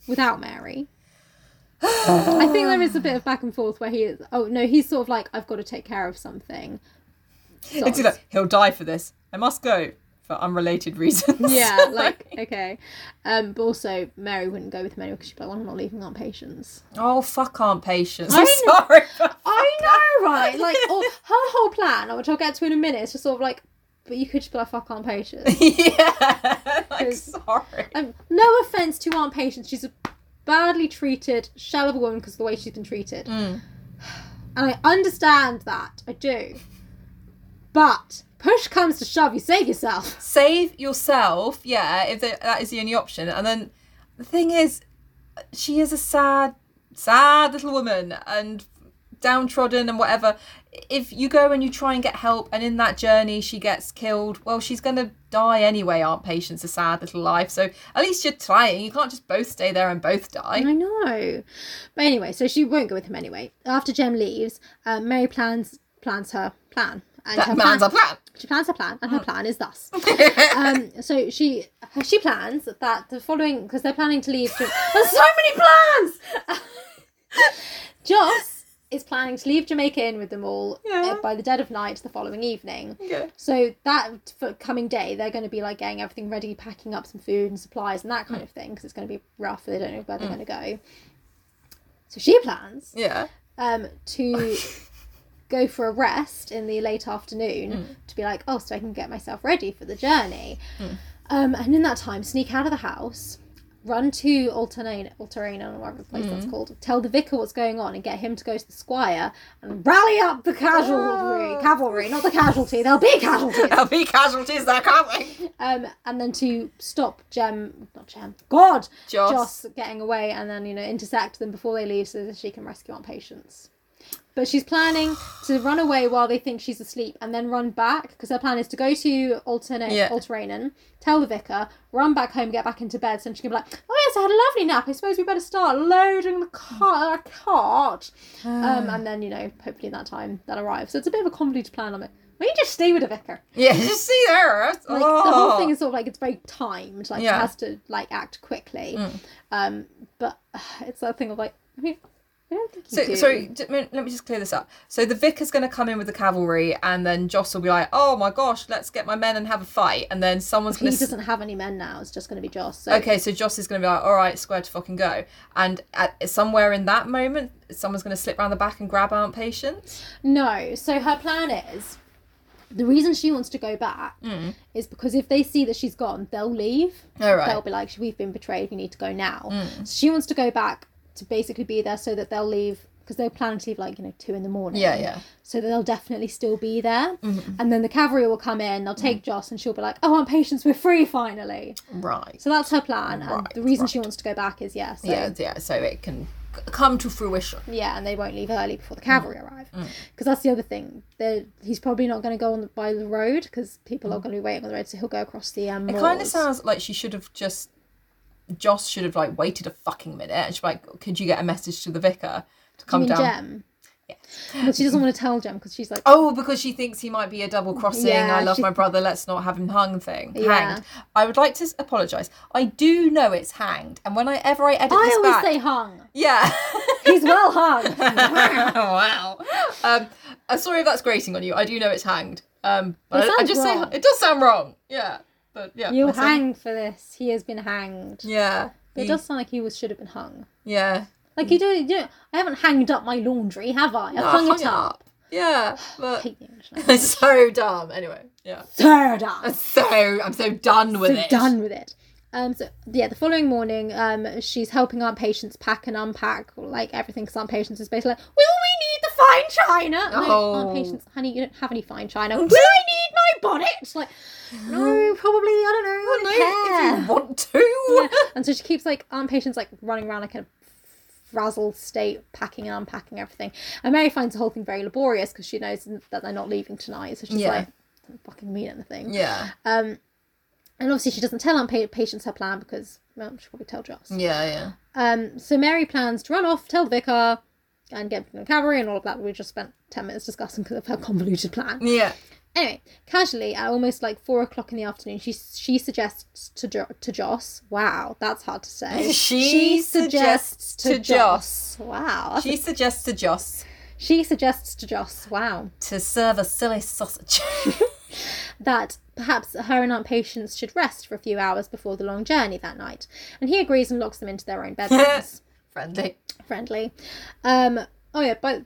A: without Mary. I think there is a bit of back and forth where he is. Oh no, he's sort of like I've got to take care of something. Soz.
B: It's either he'll die for this. I must go for unrelated reasons.
A: yeah, like okay. Um, but also Mary wouldn't go with him anyway because she'd be like, well, "I'm not leaving Aunt Patience."
B: oh fuck, Aunt Patience.
A: I
B: I'm
A: know.
B: sorry. but-
A: I know, right? Like, all, her whole plan, which I'll get to in a minute, is just sort of like, but you could just be like, "Fuck Aunt Patience."
B: yeah, like
A: 'Cause-
B: sorry.
A: Um, no offense to Aunt Patience, she's a badly treated shell of a woman because of the way she's been treated, and I understand that. I do, but push comes to shove, you save yourself.
B: Save yourself. Yeah, if the- that is the only option. And then the thing is, she is a sad, sad little woman and downtrodden and whatever. If you go and you try and get help, and in that journey she gets killed, well, she's gonna die anyway. Aunt Patience, a sad little life. So at least you're trying. You can't just both stay there and both die.
A: I know. But anyway, so she won't go with him anyway. After Jem leaves, um, Mary plans plans her plan. And her
B: That man's a
A: plan, Oh.
B: plan.
A: she plans her plan, and her plan is thus. um, so she she plans that the following because they're planning to leave. Ja- There's so many plans. Joss is planning to leave Jamaica in with them all
B: Yeah.
A: uh, by the dead of night the following evening.
B: Yeah.
A: So that for coming day, they're going to be like getting everything ready, packing up some food and supplies and that kind of thing because it's going to be rough. They don't know where they're going to go. So she plans
B: Yeah.
A: um, to go for a rest in the late afternoon to be like, oh, so I can get myself ready for the journey. Um, and in that time, sneak out of the house, run to Alternain, Alternain, or whatever the place that's called, tell the vicar what's going on and get him to go to the squire and rally up the cavalry, cavalry, not the casualty, there'll be casualties.
B: There'll be casualties there, can't we?
A: Um, and then to stop Gem, not Gem, God,
B: Joss.
A: Joss getting away, and then you know intersect them before they leave, so that she can rescue Aunt Patience. But she's planning to run away while they think she's asleep, and then run back because her plan is to go to Alternate
B: Yeah.
A: Alteranen, tell the vicar, run back home, get back into bed, so she can be like, "Oh yes, I had a lovely nap. I suppose we better start loading the car, cart." Um, and then you know, hopefully in that time that arrives. So it's a bit of a convoluted plan. I'm like, why don't you just stay with the vicar?
B: Yeah, just see there. That's-
A: like the whole
B: oh.
A: thing is sort of like it's very timed like
B: Yeah. Mm.
A: it has to like act quickly um but it's that thing of like i mean i don't think you
B: So,
A: do.
B: sorry, d- m- let me just clear this up. So the vicar's going to come in with the cavalry, and then Joss will be like, "Oh my gosh, let's get my men and have a fight." And then someone's
A: he
B: going to.
A: doesn't have any men now it's just going to be joss so
B: Okay, so Joss is going to be like, "All right, square to fucking go." And at, somewhere in that moment, someone's going to slip round the back and grab Aunt Patience.
A: no so her plan is the reason she wants to go back is because if they see that she's gone they'll leave
B: All Hmm. Oh, right. Hmm.
A: they'll be like we've been betrayed we need to go now so she wants to go back to basically be there so that they'll leave because they're planning to leave like you know two in the morning.
B: Yeah, yeah. Mm-hmm.
A: So they'll definitely still be there, and then the cavalry will come in. They'll
B: Mm.
A: take Joss, and she'll be like, "Oh, on patience, we're free finally."
B: Right.
A: So that's her plan, and the
B: Right,
A: reason she wants to go back is yeah, so
B: yeah, yeah. So it can c- come to fruition.
A: Yeah, and they won't leave early before
B: Mm.
A: the cavalry arrive. Because that's the other thing. They're, he's probably not going to go on the, by the road because people are going to be waiting on the road, so he'll go across the um,
B: Mm. It
A: moors.
B: kind of sounds like she should have just. Joss should have like waited a fucking minute. And she's like, could you get a message to the vicar to
A: I
B: come
A: mean,
B: down?
A: Gem. Yeah. But she doesn't want to tell Gem because she's like,
B: Oh, because she thinks he might be a double crossing.
A: Yeah,
B: I love
A: she-
B: my brother. Let's not have him hung thing.
A: Yeah.
B: Hanged. I would like to apologise. I do know it's hanged, and whenever I edit
A: I
B: this
A: always
B: back,
A: say hung.
B: yeah.
A: He's well hung.
B: wow. Um, I'm sorry if that's grating on you. I do know it's hanged. Um, but I, I
A: sounds
B: just say
A: wrong.
B: it does sound wrong. Yeah, but yeah.
A: You're
B: I say-
A: hanged for this. He has been hanged.
B: Yeah.
A: But it
B: You-
A: does sound like he was, should have been hung.
B: Yeah.
A: Like, you don't, you don't, I haven't hanged up my laundry, have I? I've
B: Mm. No,
A: hung,
B: hung
A: it
B: it
A: up.
B: Yeah. But
A: Hate the English language.
B: it's so dumb. Anyway. Yeah.
A: Third up.
B: So I'm so done with
A: so
B: it.
A: done with it. Um, so yeah, the following morning, um, she's helping Aunt Patience pack and unpack like everything. Because Aunt Patience is basically like, "Will we need the fine china?" And I'm like,
B: Oh.
A: Aunt Patience, honey, you don't have any fine china. Will I need my bonnet? She's like, no, probably I don't know. I
B: No,
A: don't care."
B: if you want to.
A: and so she keeps like Aunt Patience like running around like in a frazzled state, packing and unpacking everything. And Mary finds the whole thing very laborious because she knows that they're not leaving tonight. So she's
B: Yeah.
A: like, "Doesn't fucking mean anything."
B: Yeah.
A: And obviously, she doesn't tell Aunt Pa- Patience her plan because, well, she'll probably tell Joss.
B: Yeah. Yeah.
A: Um, so Mary plans to run off, tell the vicar, and get the cavalry and all of that. We just spent 10 minutes discussing because of her convoluted plan.
B: Yeah.
A: Anyway, casually, at almost like four o'clock in the afternoon, she she suggests to, jo- to Joss, wow, that's hard to say.
B: She suggests to Joss.
A: Wow. that's-
B: She suggests to Joss
A: she suggests to Joss, wow,
B: to serve a silly sausage.
A: that perhaps her and Aunt Patience should rest for a few hours before the long journey that night. And he agrees and locks them into their own bedrooms.
B: Friendly.
A: friendly. Um, oh yeah, but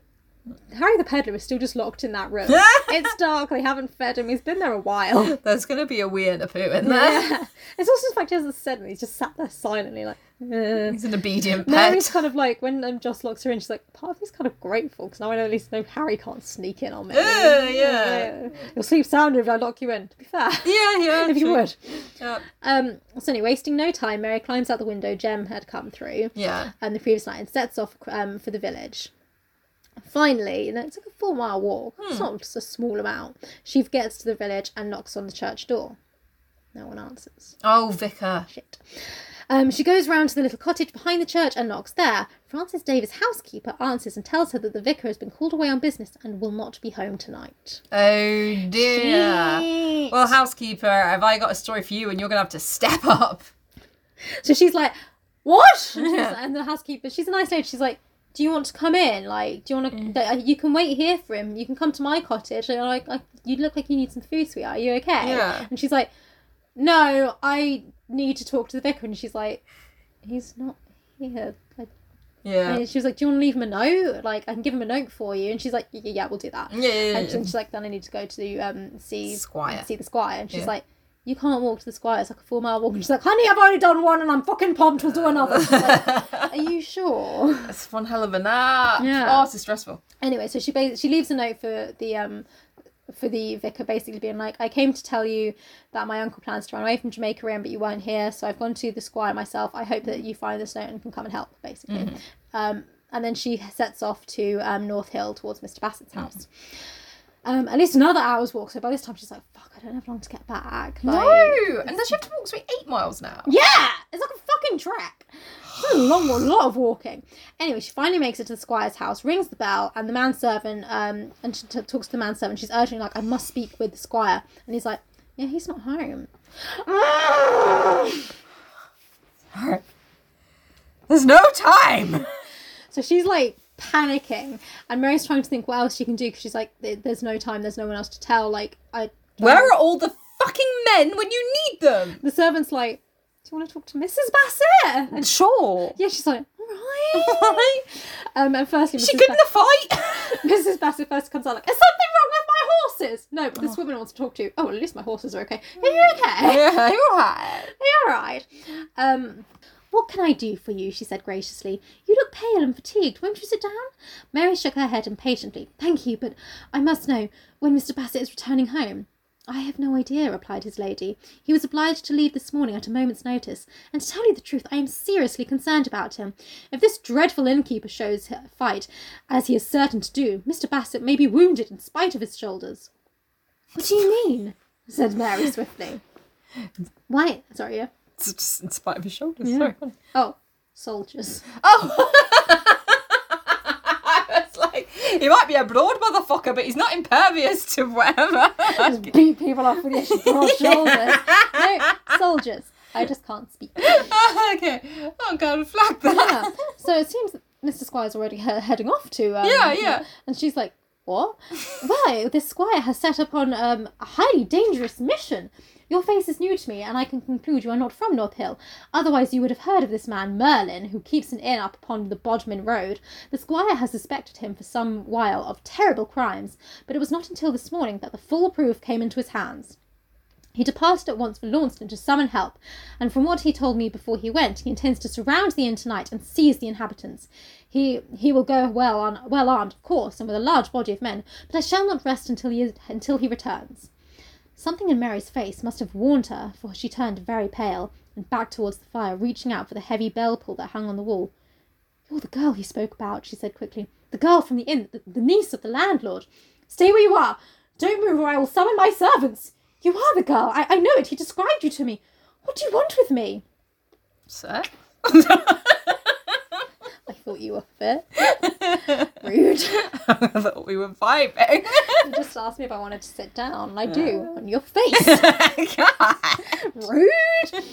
A: Harry the Peddler is still just locked in that room. it's dark. They haven't fed him. He's been there a while.
B: There's going to be a wee and a poo in there.
A: It's also the fact he hasn't said anything. He's just sat there silently, like. "Ugh."
B: He's an obedient
A: Mary's
B: pet.
A: kind of like when um, Joss locks her in. She's like, part of me's kind of grateful because now I know at least know Harry can't sneak in on me.
B: Yeah, yeah.
A: Uh, You'll sleep sounder if I lock you in. To be fair,
B: Yeah, yeah.
A: if you
B: true.
A: would.
B: Yeah.
A: Um, so anyway, wasting no time, Mary climbs out the window Jem had come through.
B: Yeah.
A: um, the previous night and sets off um, for the village. Finally, you know, it's like a four mile walk, it's not just a small amount. She gets to the village and knocks on the church door. No one answers.
B: Oh, Vicar.
A: Shit. Um, she goes round to the little cottage behind the church and knocks there. Francis Davis' housekeeper answers and tells her that the vicar has been called away on business and will not be home tonight.
B: Oh, dear. Well, housekeeper, have I got a story for you and you're going to have to step up?
A: So she's like, "What?" And, she's like- and the housekeeper, she's a nice lady. She's like, "Do you want to come in? Like, do you want to?
B: Mm.
A: You can wait here for him. You can come to my cottage." And I'm like, like, "You look like you need some food, sweetheart. Are you okay?"
B: Yeah.
A: And she's like, "No, I need to talk to the vicar." And she's like, "He's not here." Like,
B: Yeah.
A: And she was like, "Do you want to leave him a note? Like, I can give him a note for you." And she's like, "Yeah, yeah, yeah, we'll do that."
B: Yeah, yeah,
A: And
B: yeah.
A: she's like, "Then I need to go to um see
B: Squire.
A: see the squire, and she's
B: Yeah.
A: like, "You can't walk to the squire. It's like a four mile walk." And she's like, "Honey, I've already done one, and I'm fucking pumped. We'll do another." She's like, Are you sure?
B: That's one hell of a nap.
A: Yeah.
B: Oh, it's stressful.
A: Anyway, so she bas- she leaves a note for the um for the vicar, basically being like, "I came to tell you that my uncle plans to run away from Jamaica, Ian, but you weren't here, so I've gone to the squire myself. I hope that you find this note and can come and help." Basically. Um, and then she sets off to um, North Hill towards Mr. Bassett's house. Um, at least another hour's walk. So by this time, she's like, "Fuck, I don't have long to get back." Like,
B: Oh, and does she have to walk straight eight miles now?
A: Yeah, it's like a fucking trek. It's a long, a lot of walking. Anyway, she finally makes it to the squire's house, rings the bell, and the manservant, um, and she t- talks to the manservant. She's urging like, "I must speak with the squire," and he's like, "Yeah, he's not home."
B: There's no time.
A: So she's like panicking, and Mary's trying to think what else she can do because she's like, "There- "There's no time. There's no one else to tell." Like, I
B: Where are all the fucking men when you need them?
A: the servant's like, "Do you want to talk to Mrs. Bassett?" And
B: Sure.
A: yeah, she's like, "All right."
B: Right?
A: Um, and firstly, Mrs.
B: She couldn't
A: Bassett-
B: fight.
A: Mrs. Bassett first comes out like, "Is something wrong with my horses?" No, but this woman wants to talk to you. Oh, well, at least my horses are okay. Are you okay?
B: yeah, you're right.
A: Are you all right? Um, What can I do for you? she said graciously. You look pale and fatigued. Won't you sit down? Mary shook her head impatiently. Thank you, but I must know when Mr. Bassett is returning home. I have no idea, replied his lady. He was obliged to leave this morning at a moment's notice, and to tell you the truth, I am seriously concerned about him. If this dreadful innkeeper shows fight, as he is certain to do, Mr. Bassett may be wounded in spite of his shoulders. What do you mean? said Mary swiftly. Why? Sorry, yeah.
B: It's just in spite of his shoulders. Sorry. Oh!
A: Oh, soldiers.
B: I was like, he might be a broad motherfucker, but he's not impervious to whatever.
A: Beat people off with your broad shoulders. No, soldiers. I just can't speak.
B: okay. Oh god, flag that.
A: Yeah. So it seems that Mr. Squire's already he- heading off to. Um,
B: Yeah, yeah.
A: And she's like, What? Why, this squire has set upon um, a highly dangerous mission. Your face is new to me, and I can conclude you are not from North Hill. Otherwise, you would have heard of this man Merlin, who keeps an inn up upon the Bodmin Road. The squire has suspected him for some while of terrible crimes, but it was not until this morning that the full proof came into his hands. He departed at once for Launceston to summon help, and from what he told me before he went, he intends to surround the inn tonight and seize the inhabitants. He he will go well on well armed, of course, and with a large body of men, but I shall not rest until he is, until he returns. Something in Mary's face must have warned her, for she turned very pale and back towards the fire, reaching out for the heavy bell pull that hung on the wall. You're Oh, the girl he spoke about, she said quickly. The girl from the inn, the, the niece of the landlord. Stay where you are. Don't move, or I will summon my servants. You are the girl. I, I know it. He described you to me. What do you want with me?
B: Sir?
A: I thought you were fit. Rude.
B: I thought we were vibing.
A: You just asked me if I wanted to sit down, and I do. On your face.
B: God.
A: Rude.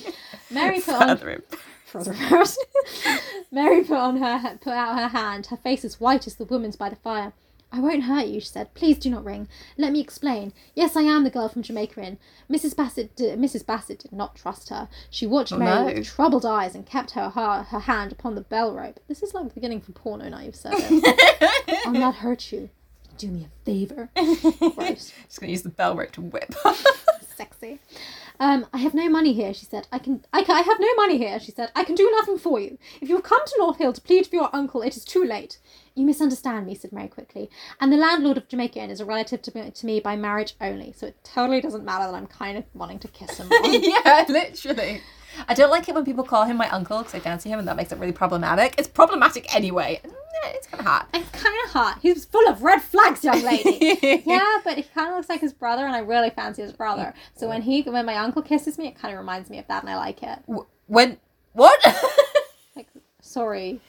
A: Mary put on
B: Further imp-
A: Further out. Mary put on her put out her hand. Her face as white as the woman's by the fire. I won't hurt you, she said. Please do not ring. Let me explain. Yes, I am the girl from Jamaica Inn. Mrs. Bassett, d- Mrs. Bassett did not trust her. She watched Mary
B: no.
A: with troubled eyes and kept her, her her hand upon the bell rope. This is like the beginning for porno. Now you've said it. I'll not hurt you. Do me a favor. Gross
B: Just gonna use the bell rope to whip.
A: sexy. Um, I have no money here, she said. I can, I can, I have no money here, she said. I can do nothing for you. If you have come to North Hill to plead for your uncle, it is too late. You misunderstand me, said Mary quickly. And the landlord of Jamaica Inn is a relative to me, to me by marriage only, so it totally doesn't matter that I'm kind of wanting to kiss him. more.
B: yeah, literally. I don't like it when people call him my uncle because I fancy him and that makes it really problematic. It's problematic anyway. Mm, It's kind of hot.
A: It's kind of hot. He's full of red flags, young lady. yeah, but he kind of looks like his brother, and I really fancy his brother. So when he, when my uncle kisses me, it kind of reminds me of that, and I like it.
B: W- when. What?
A: Like, sorry.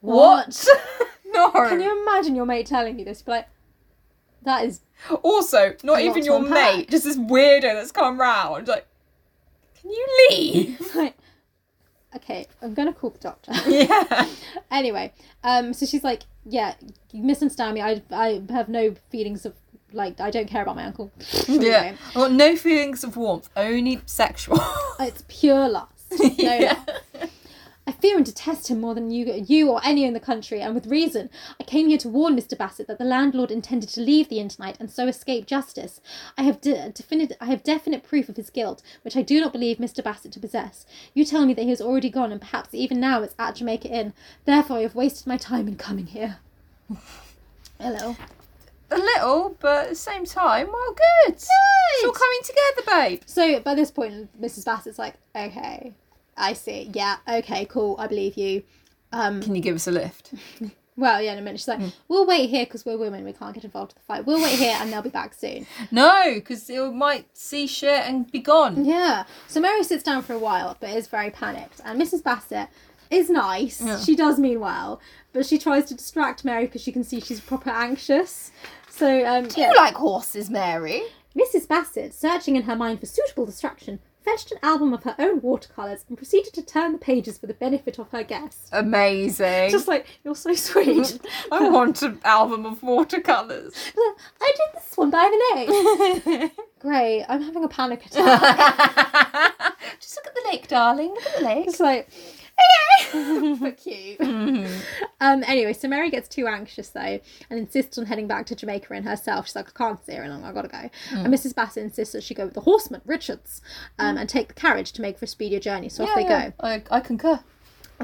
B: what? no.
A: Can you imagine your mate telling you this? Be like, that is
B: Also, not
A: A lot
B: even
A: to
B: your
A: unpack.
B: mate, just this weirdo that's come round. Like, can you leave?
A: like, okay. I'm gonna call the doctor.
B: yeah.
A: anyway, um, so she's like, yeah, you misunderstand me. I, I have no feelings of like I don't care about my uncle.
B: Yeah.
A: Anyway,
B: I've got no feelings of warmth, only sexual.
A: it's pure lust. No
B: Yeah.
A: love. I fear and detest him more than you, you or any in the country, and with reason. I came here to warn Mr. Bassett that the landlord intended to leave the inn tonight and so escape justice. I have de- definite, I have definite proof of his guilt, which I do not believe Mr. Bassett to possess. You tell me that he has already gone, and perhaps even now is at Jamaica Inn. Therefore, I have wasted my time in coming here. Hello.
B: A little, but at the same time, well, good. It's all coming together, babe.
A: So by this point, Mrs. Bassett's like, okay, I see. Yeah, okay, cool. I believe you.
B: Can you give us a lift?
A: Well, yeah, in a minute. She's like, we'll wait here because we're women. We can't get involved in the fight. We'll wait here and they'll be back soon.
B: No, because it might see shit and be gone.
A: Yeah. So Mary sits down for a while, but is very panicked. And Mrs. Bassett is nice. She does mean well, but she tries to distract Mary because she can see she's proper anxious. So, um, yeah.
B: like horses, Mary?
A: Mrs. Bassett, searching in her mind for suitable distraction, fetched an album of her own watercolours and proceeded to turn the pages for the benefit of her guests.
B: Amazing.
A: Just like, you're so sweet.
B: I want an album of watercolours.
A: I did this one by the lake. Great, I'm having a panic attack.
B: Just look at the lake, darling. Look at the lake.
A: It's like, "Eh." but cute. Um, anyway, so Mary gets too anxious though and insists on heading back to Jamaica in herself. She's like, I can't stay here long, I gotta go. And Mrs. Bassett insists that she go with the horseman, Richards, um, and take the carriage to make for a speedier journey. So off they go.
B: I, I concur.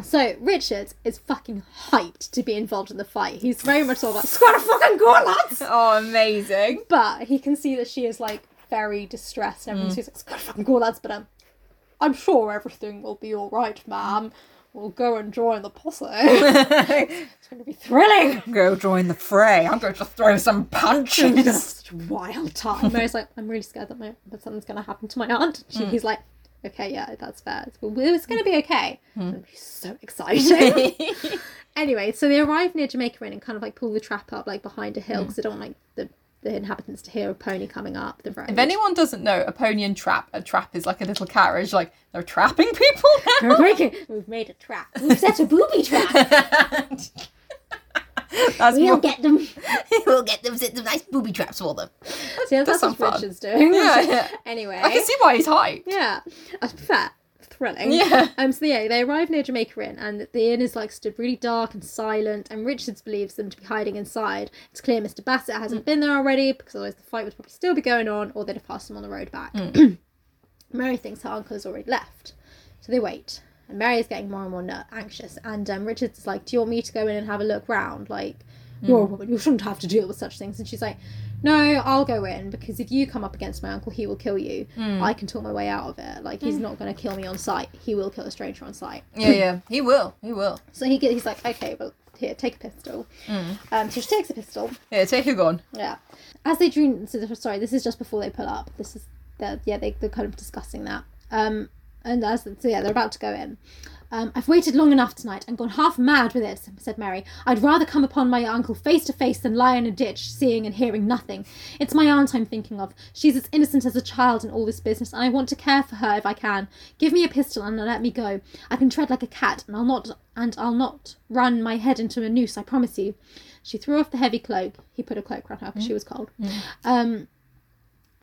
A: So Richards is fucking hyped to be involved in the fight. He's very much all about squad a fucking gore, lads!
B: Oh, amazing.
A: But he can see that she is like very distressed and everything. So he's like, squad a fucking gore, lads, but um, I'm sure everything will be alright, ma'am. We'll go and join the posse. it's gonna be thrilling!
B: Go join the fray. I'm going to throw some punches.
A: It's such a wild time. Mary's like, I'm really scared that my that something's gonna happen to my aunt. She, He's like, okay, yeah, that's fair. It's, well, it's gonna be okay. It's so exciting. anyway, so they arrive near Jamaica Inn and kind of like pull the trap up like behind a hill because they don't want like the the inhabitants to hear a pony coming up the road.
B: if anyone doesn't know, a pony and trap, a trap is like a little carriage. Like, they're trapping people now.
A: We're breaking. We've made a trap. We've set a booby trap.
B: That's
A: We'll
B: more-
A: get them.
B: we'll get them, set some nice booby traps for them.
A: See, that's,
B: sounds
A: what
B: fun.
A: Richard's doing.
B: Yeah, yeah.
A: Anyway.
B: I can see why he's hyped.
A: Yeah, uh, fair. Thrilling.
B: Yeah.
A: Um. So yeah, they arrive near Jamaica Inn, and the inn is like stood really dark and silent. And Richards believes them to be hiding inside. It's clear Mr. Bassett
B: Mm.
A: hasn't been there already because otherwise the fight would probably still be going on, or they'd have passed him on the road back.
B: Mm.
A: Mary thinks her uncle has already left, so they wait. And Mary is getting more and more ner- anxious. And um, Richards is like, "Do you want me to go in and have a look round? Like, you're a woman. You shouldn't have to deal with such things." And she's like, "No, I'll go in because if you come up against my uncle, he will kill you. I can talk my way out of it. Like, he's not going to kill me on sight. He will kill a stranger on sight."
B: Yeah, yeah. He will. He will.
A: So he get, he's like, "Okay, well, here, take a pistol." Um, so she takes a pistol.
B: Yeah, take a gun.
A: Yeah. As they dream, so the- sorry, this is just before they pull up. This is, they're, yeah, they, they're kind of discussing that. Um, and as, so yeah, they're about to go in. Um, I've waited long enough tonight and gone half mad with it, said Mary. I'd rather come upon my uncle face to face than lie in a ditch, seeing and hearing nothing. It's my aunt I'm thinking of. She's as innocent as a child in all this business, and I want to care for her if I can. Give me a pistol and let me go. I can tread like a cat, and I'll not and I'll not run my head into a noose, I promise you. She threw off the heavy cloak. He put a cloak round her because she was cold. Um,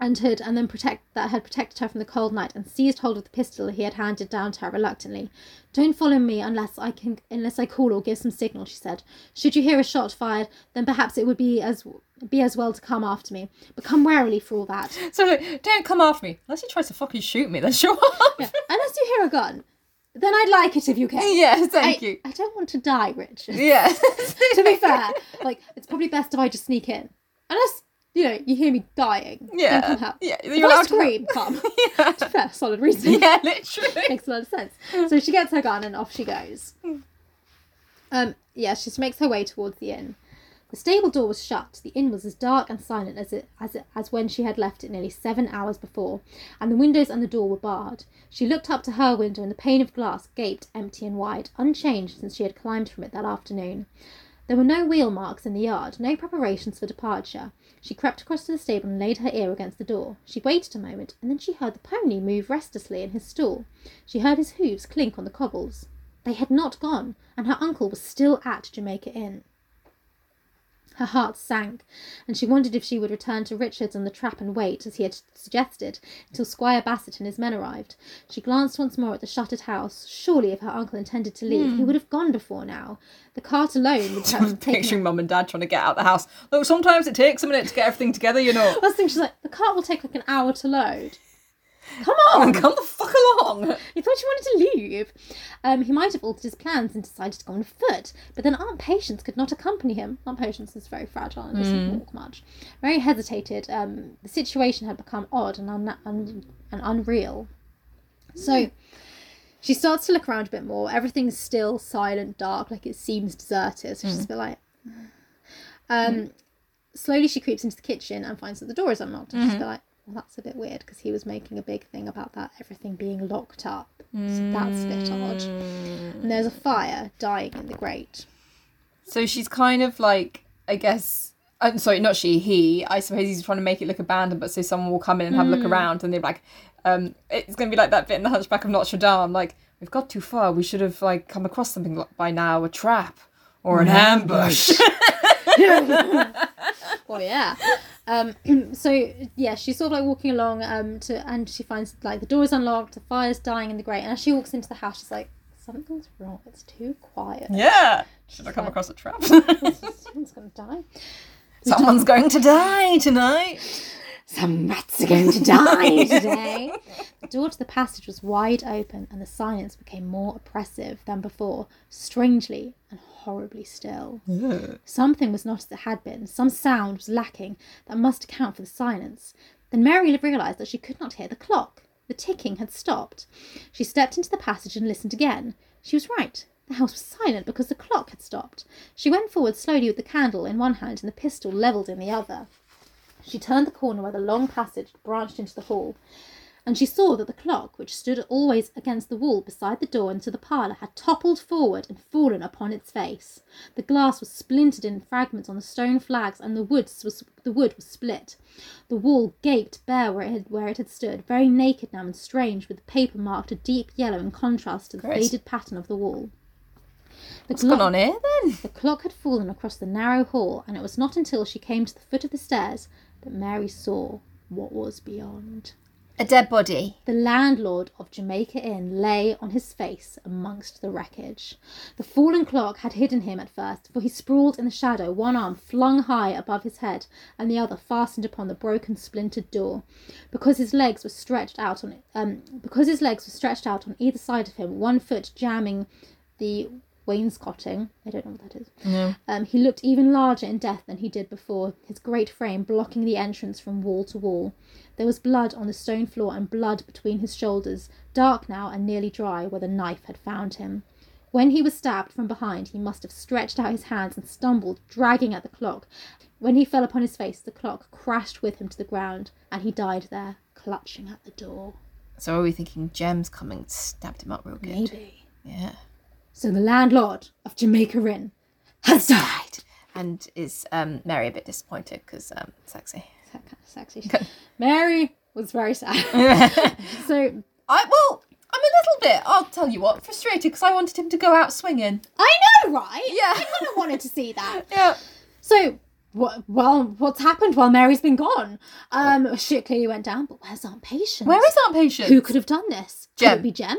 A: and hood, and then protect that had protected her from the cold night, and seized hold of the pistol he had handed down to her reluctantly. "Don't follow me unless I can, unless I call or give some signal," she said. "Should you hear a shot fired, then perhaps it would be as be as well to come after me. But come warily for all that.
B: So, like, don't come after me. Unless he tries to fucking shoot me, then show up. Yeah,
A: Unless you hear a gun, then I'd like it if you came."
B: thank
A: I,
B: you.
A: I don't want to die, Richard.
B: Yeah.
A: to be fair, like it's probably best if I just sneak in, unless you know you hear me dying. then
B: Yeah.
A: come help.
B: Yeah,
A: If
B: you're
A: I
B: allowed to
A: scream. Come.
B: yeah.
A: fair, solid reason.
B: yeah, literally.
A: Makes a lot of sense. So she gets her gun and off she goes. Um, yeah, she makes her way towards the inn. The stable door was shut. The inn was as dark and silent as it, as it, as when she had left it nearly seven hours before, and the windows and the door were barred. She looked up to her window, and the pane of glass gaped empty and wide, unchanged since she had climbed from it that afternoon. There were no wheel marks in the yard, no preparations for departure. She crept across to the stable and laid her ear against the door. She waited a moment, and then she heard the pony move restlessly in his stall. She heard his hooves clink on the cobbles. They had not gone, and her uncle was still at Jamaica Inn. Her heart sank, and she wondered if she would return to Richards on the trap and wait, as he had suggested, until Squire Bassett and his men arrived. She glanced once more at the shuttered house. Surely, if her uncle intended to leave, he would have gone before now. The cart alone would have taken
B: Picturing mum and dad trying to get out the house. Look, sometimes it takes a minute to get everything together, you know.
A: First thing she's like, the cart will take like an hour to load. Come
B: Oh,
A: on!
B: come the fuck along.
A: You thought you wanted to leave. Um, he might have altered his plans and decided to go on foot, but then Aunt Patience could not accompany him. Aunt Patience is very fragile and doesn't walk much. Mary hesitated. Um, the situation had become odd and, un- un- and unreal. So she starts to look around a bit more. Everything's still silent, dark, like it seems deserted. So she's a bit like. Um, Slowly she creeps into the kitchen and finds that the door is unlocked. And she's a bit like, well, that's a bit weird because he was making a big thing about that everything being locked up. So that's a bit odd. And there's a fire dying in the grate.
B: So she's kind of like, I guess. I'm sorry, not she, he. I suppose he's trying to make it look abandoned, but so someone will come in and have a look around, and they're like, um, it's going to be like that bit in the Hunchback of Notre Dame. Like, we've got too far. We should have like come across something like, by now, a trap or an ambush.
A: Oh yeah. Um, so yeah, she's sort of like walking along um, to, and she finds like the door is unlocked, the fire's dying in the grate, and as she walks into the house, she's like, "It's something's wrong. It's too quiet.
B: Yeah. Should I come
A: like-
B: across a trap?
A: Someone's gonna die.
B: Someone's going to die tonight.
A: Some rats are going to die today. the door to the passage was wide open, and the silence became more oppressive than before, strangely and horribly still. Something was not as it had been. Some sound was lacking that must account for the silence. Then Mary realised that she could not hear the clock. The ticking had stopped. She stepped into the passage and listened again. She was right. The house was silent because the clock had stopped. She went forward slowly with the candle in one hand and the pistol levelled in the other. She turned the corner where the long passage branched into the hall, and she saw that the clock, which stood always against the wall beside the door into the parlour, had toppled forward and fallen upon its face. The glass was splintered in fragments on the stone flags, and the wood was the wood was split. The wall gaped bare where it had, where it had stood, very naked now and strange, with the paper marked a deep yellow in contrast to the
B: Great.
A: faded pattern of the wall. The
B: What's gone on here then?
A: the clock had fallen across the narrow hall, and it was not until she came to the foot of the stairs that Mary saw what was beyond.
B: A dead body.
A: The landlord of Jamaica Inn lay on his face amongst the wreckage. The fallen clock had hidden him at first, for he sprawled in the shadow, one arm flung high above his head and the other fastened upon the broken, splintered door. Because his legs were stretched out on um, because his legs were stretched out on either side of him, one foot jamming the wainscoting. I don't know what that is. Um, he looked even larger in death than he did before, his great frame blocking the entrance from wall to wall. There was blood on the stone floor and blood between his shoulders, dark now and nearly dry where the knife had found him. When he was stabbed from behind, he must have stretched out his hands and stumbled, dragging at the clock. When he fell upon his face, the clock crashed with him to the ground, and he died there, clutching at the door.
B: So are we thinking Jem's coming stabbed him up real good?
A: Maybe.
B: Yeah.
A: So the landlord of Jamaica Inn has died.
B: And is um, Mary a bit disappointed because um, sexy?
A: That kind of sexy. Mary was very sad.
B: I
A: so
B: well, I'm a little bit. I'll tell you what, frustrated because I wanted him to go out swinging.
A: I know, right?
B: Yeah.
A: I kind of wanted to see that.
B: Yeah.
A: So, wh- well, what's happened while Mary's been gone? Um, shit clearly went down, but where's Aunt Patience?
B: Where is Aunt Patience?
A: Who could have done this?
B: Jem.
A: Could it be Jem?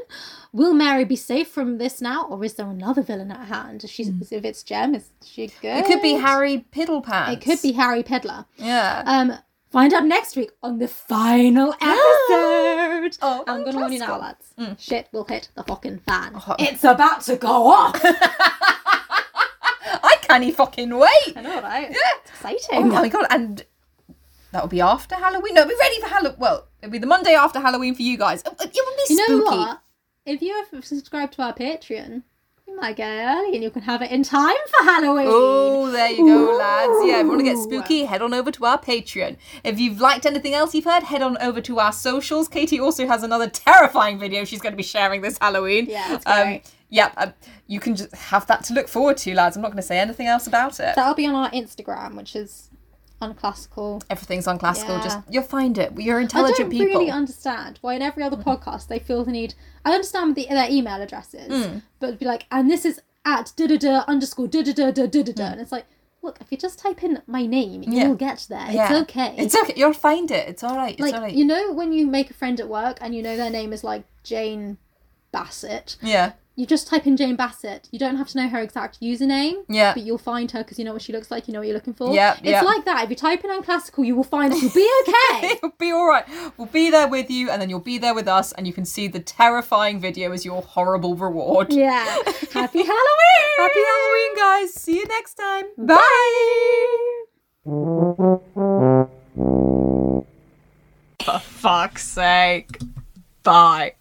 A: Will Mary be safe from this now, or is there another villain at hand? If, she's, if it's Jem, is she good?
B: Hmm. It could be Harry Piddlepants.
A: It could be Harry Pedler.
B: Yeah.
A: Um, find out next week on the final episode.
B: Oh,
A: I'm gonna warn you now,
B: fantastic. Mm.
A: lads. Shit will hit the fucking fan.
D: It's about to go off.
B: I can't e fucking wait.
A: uh, I know, right? It's exciting.
B: Oh my god! And that will be after Halloween. No, it'll be ready for Halloween. Well, it'll be the Monday after Halloween for you guys. Oh, It would be
A: you know
B: spooky.
A: what? If you have subscribed to our Patreon, you might get it early and you can have it in time for Halloween.
B: Oh, there you go, lads. Yeah, if you want to get spooky, head on over to our Patreon. If you've liked anything else you've heard, head on over to our socials. Katie also has another terrifying video she's going to be sharing this Halloween.
A: Yeah, it's
B: um,
A: great.
B: yeah, um, you can just have that to look forward to, lads. I'm not going to say anything else about it.
A: That'll be on our Instagram, which is unclassical.
B: Everything's on classical.
A: Yeah.
B: Just you'll find it. You're
A: I
B: intelligent
A: don't
B: people. Mm.
A: really understand why in every other podcast they feel the need. I understand the, their email addresses,
B: Mm.
A: but it'd be like, and this is at da da da underscore da da da da da da da, and it's like, look, if you just type in my name,
B: Mm. Yeah.
A: you'll get there. It's
B: Yeah.
A: okay.
B: It's okay. You'll find it. It's all right. It's
A: like
B: all right.
A: you know when you make a friend at work and you know their name is like Jane Bassett.
B: yeah.
A: You just type in Jane Bassett. You don't have to know her exact username,
B: Yeah.
A: but you'll find her because you know what she looks like. You know what you're looking for.
B: Yeah,
A: it's
B: yeah.
A: like that. If you type in unclassical, you will find it. You'll be okay.
B: It'll be all right. We'll be there with you, and then you'll be there with us, and you can see the terrifying video as your horrible reward.
A: yeah. Happy Halloween.
B: Happy Halloween, guys. See you next time. Bye. For fuck's sake. Bye.